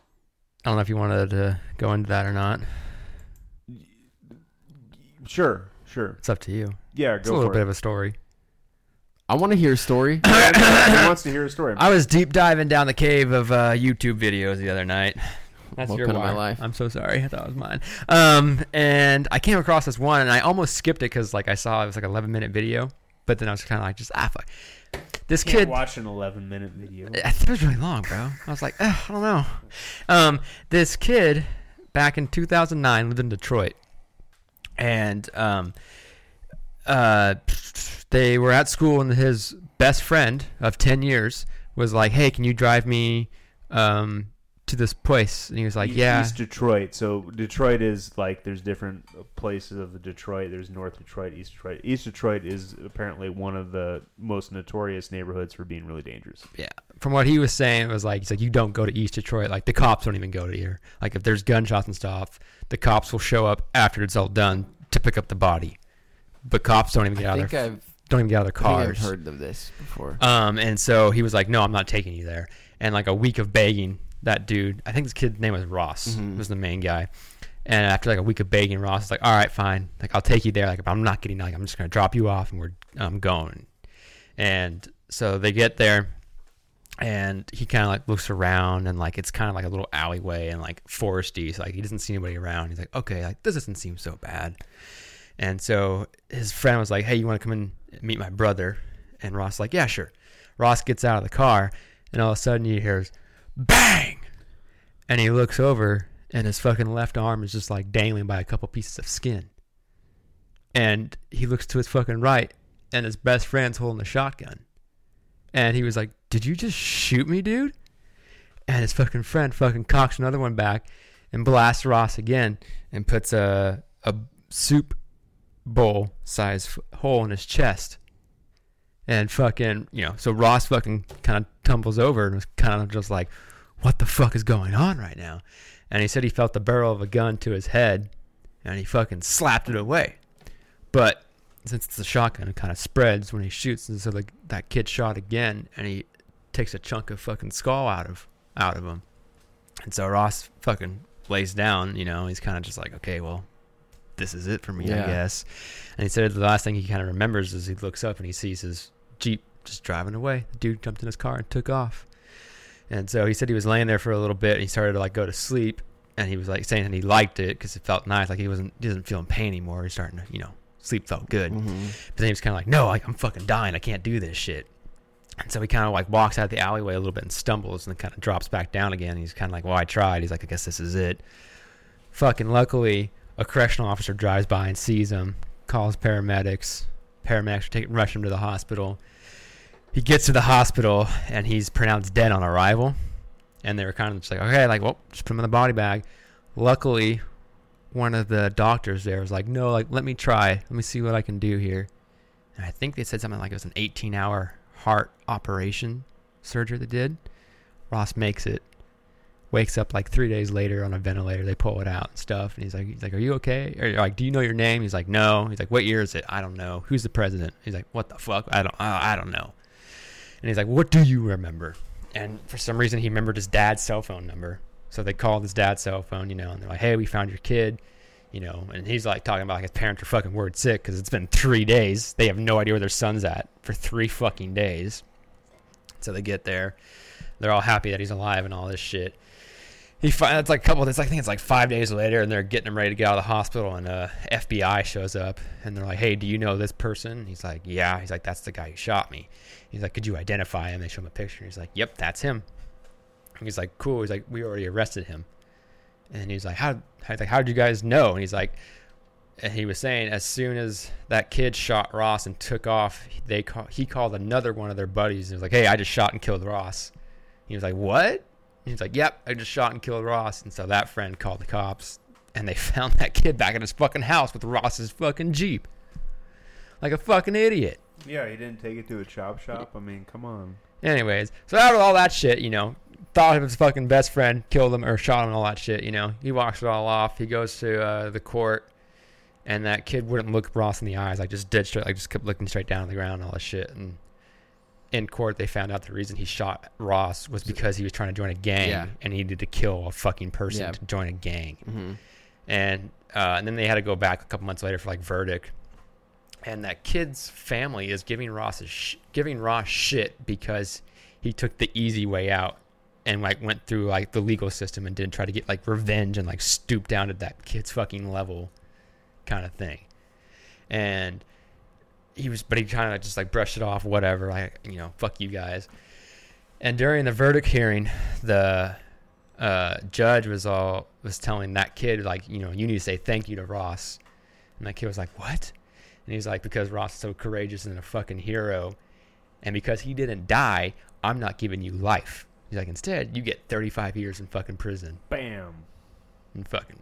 S3: I don't know if you wanted to go into that or not.
S1: Sure, sure.
S3: It's up to you.
S1: Yeah,
S3: It's a
S1: go
S3: little
S1: for
S3: bit
S1: it.
S3: of a story.
S2: I want to hear a story.
S1: Who wants to hear a story?
S3: I was deep diving down the cave of uh, YouTube videos the other night. That's
S2: Welcome
S3: your
S2: to my
S3: wire.
S2: life.
S3: I'm so sorry. I thought it was mine. Um, and I came across this one, and I almost skipped it because like I saw it was like an 11 minute video, but then I was kind of like just ah fuck. This kid
S1: watch an 11 minute video.
S3: I think it was really long, bro. I was like, "Ugh, I don't know. Um, this kid back in 2009 lived in Detroit, and um, uh, they were at school, and his best friend of 10 years was like, "Hey, can you drive me um to this place?" And he was like,
S1: E-
S3: "Yeah."
S1: East Detroit. So Detroit is like there's different places of Detroit. There's North Detroit, East Detroit. East Detroit is apparently one of the most notorious neighborhoods for being really dangerous.
S3: yeah. From what he was saying, it was like he's like, "You don't go to East Detroit. Like the cops don't even go to here. Like if there's gunshots and stuff, the cops will show up after it's all done to pick up the body." But cops don't even get
S2: I
S3: out of
S2: think
S3: their
S2: I've,
S3: don't even get out of
S2: I
S3: their
S2: think I've
S3: cars. Uh,
S2: heard of this before.
S3: Um, and so he was like, "No, I'm not taking you there." And like a week of begging that dude. I think this kid's name was Ross. Was the main guy. And after like a week of begging, Ross is like, "All right, fine. Like I'll take you there. Like but I'm not getting like I'm just gonna drop you off and we're I'm going." And so they get there, and he kind of like looks around and like it's kind of like a little alleyway and like foresty. So like he doesn't see anybody around. He's like, "Okay, like this doesn't seem so bad." And so his friend was like, "Hey, you want to come and meet my brother?" And Ross like, "Yeah, sure." Ross gets out of the car, and all of a sudden he hears bang, and he looks over, and his fucking left arm is just like dangling by a couple pieces of skin. And he looks to his fucking right, and his best friend's holding a shotgun. And he was like, "Did you just shoot me, dude?" and his fucking friend fucking cocks another one back and blasts Ross again and puts a a soup bowl size f- hole in his chest. And fucking, you know, so Ross fucking kind of tumbles over and was kind of just like, what the fuck is going on right now? And he said he felt the barrel of a gun to his head and he fucking slapped it away. But since it's a shotgun, it kind of spreads when he shoots. And so like that kid shot again, and he takes a chunk of fucking skull out of out of him. And so Ross fucking lays down. You know, he's kind of just like, okay, well, this is it for me,
S2: Yeah.
S3: I guess. And he said the last thing he kind of remembers is he looks up and he sees his jeep just driving away. The dude jumped in his car and took off. And so he said he was laying there for a little bit, and he started to like go to sleep. And he was like saying that he liked it because it felt nice. Like he wasn't, he doesn't feel in pain anymore. He's starting to, you know, sleep felt good.
S2: Mm-hmm,
S3: But then he was kind of like, no, like, I'm fucking dying. I can't do this shit. And so he kind of like walks out the alleyway a little bit and stumbles and then kind of drops back down again. He's kind of like, well, I tried. He's like, I guess this is it. Fucking luckily, a correctional officer drives by and sees him, calls paramedics. Paramedics take, rush him to the hospital. He gets to the hospital and he's pronounced dead on arrival. And they were kind of just like, okay, like, well, just put him in the body bag. Luckily, one of the doctors there was like, no, like, let me try. Let me see what I can do here. And I think they said something like it was an 18 hour heart operation surgery they did. Ross makes it, wakes up like three days later on a ventilator. They pull it out and stuff. And he's like, he's like, are you okay? Or like, do you know your name? He's like, no. He's like, what year is it? I don't know. Who's the president? He's like, what the fuck? I don't, I I don't know. And he's like, what do you remember? And for some reason, he remembered his dad's cell phone number. So they called his dad's cell phone, you know, and they're like, hey, we found your kid you know, and he's like talking about like his parents are fucking word sick because it's been three days. They have no idea where their son's at for three fucking days. So they get there, they're all happy that he's alive and all this shit. He finds it's like a couple. It's like, I think it's like five days later, and they're getting him ready to get out of the hospital, and uh, FBI shows up, and they're like, "Hey, do you know this person?" He's like, "Yeah." He's like, "That's the guy who shot me." He's like, "Could you identify him?" They show him a picture. He's like, "Yep, that's him." He's like, "Cool." He's like, "We already arrested him." And he's like, how, how, like, how did you guys know? And he's like, and he was saying, as soon as that kid shot Ross and took off, they call, he called another one of their buddies and was like, hey, I just shot and killed Ross. He was like, what? He was like, yep, I just shot and killed Ross. And so that friend called the cops and they found that kid back at his fucking house with Ross's fucking Jeep. Like a fucking idiot.
S1: Yeah, he didn't take it to a chop shop. I mean, come on.
S3: Anyways, so out of all that shit, you know, thought of his fucking best friend, killed him or shot him, and all that shit, you know, he walks it all off. He goes to uh, the court, and that kid wouldn't look Ross in the eyes. Like just did straight, like just kept looking straight down at the ground, and all this shit. And in court, they found out the reason he shot Ross was because he was trying to join a gang,
S2: Yeah.
S3: and he needed to kill a fucking person
S2: Yeah.
S3: to join a gang
S2: Mm-hmm.
S3: and uh, and then they had to go back a couple months later for like verdict. And that kid's family is giving Ross a sh- giving Ross shit because he took the easy way out and like went through like the legal system and didn't try to get like revenge and like stoop down to that kid's fucking level kind of thing. And he was, but he kind of just like brushed it off, whatever, like you know, fuck you guys. And during the verdict hearing, the uh, judge was all was telling that kid like you know you need to say thank you to Ross, and that kid was like what? And he's like because Ross is so courageous and a fucking hero, and because he didn't die, I'm not giving you life. He's like instead you get 35 years in fucking prison
S1: Bam.
S3: and fucking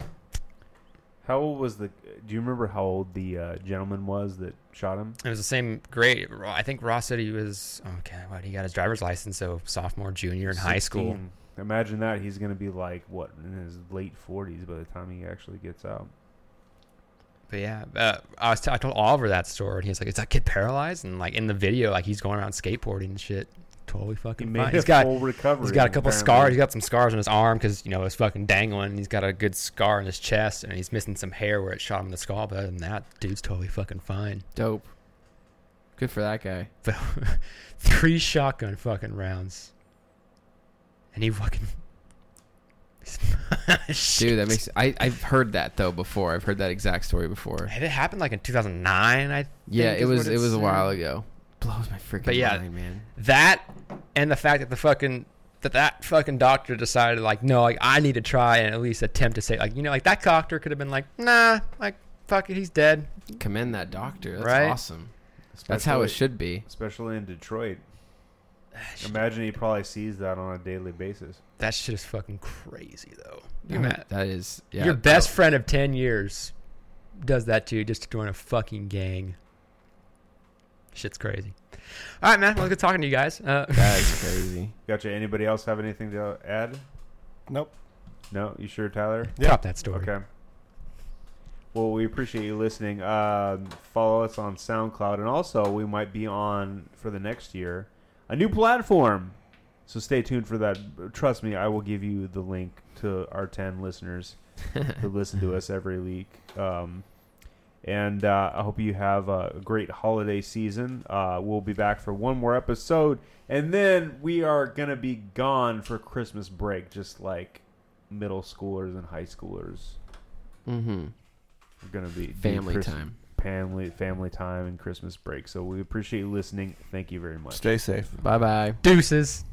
S1: How old was the? Do you remember how old the uh, gentleman was that shot him?
S3: It was the same grade. Ro- I think Ross said he was okay. What he got his driver's license, so sophomore, junior in high school.
S1: 16. Imagine that he's gonna be like what in his late forties by the time he actually gets out.
S3: But yeah, uh, I was t- I told Oliver that story, and he's like, "Is that kid paralyzed?" And like in the video, like he's going around skateboarding and shit, totally fucking
S1: He
S3: fine.
S1: made a
S3: he's got
S1: full recovery.
S3: he's got a couple
S1: apparently.
S3: scars. He's got some scars on his arm because you know it's fucking dangling. He's got a good scar on his chest, and he's missing some hair where it shot him in the skull. But other than that, dude's totally fucking fine.
S2: Dope. Good for that guy.
S3: But three shotgun fucking rounds, and he fucking.
S2: Dude, that makes I I've heard that though before. I've heard that exact story before.
S3: It happened like in 2009. I
S2: Yeah,
S3: think
S2: it
S3: is
S2: was
S3: what
S2: it was a
S3: said.
S2: while ago. Blows my freaking
S3: But yeah.
S2: mind, man.
S3: that and the fact that the fucking that that fucking doctor decided like no like i need to try and at least attempt to say like you know like that doctor could have been like nah like fuck it he's dead
S2: Commend that doctor. That's
S3: Right?
S2: awesome. That's how it
S1: Especially-
S2: should be.
S1: Especially in Detroit. Imagine he probably sees that on a daily basis.
S3: that shit is fucking crazy though
S2: Yeah,
S3: Your ma-
S2: that is yeah.
S3: your best friend of 10 years does that to you just to join a fucking gang shit's crazy all right man well good talking to you guys uh
S2: That is crazy.
S1: Gotcha. Anybody else have anything to add?
S4: Nope.
S1: No, you sure, Tyler?
S3: top that story
S1: Okay. Well, we appreciate you listening. Um, follow us on SoundCloud, and also we might be on for the next year a new platform. So stay tuned for that. Trust me, I will give you the link to our ten listeners who listen to us every week. Um, and uh, I hope you have a great holiday season. Uh, we'll be back for one more episode, and then we are gonna be gone for Christmas break, just like middle schoolers and high schoolers
S2: Mm-hmm.
S1: are gonna be do
S2: Family
S1: Christ-
S2: time.
S1: family family time, and Christmas break. So we appreciate you listening. Thank you very much.
S4: Stay safe.
S2: Bye bye.
S3: deuces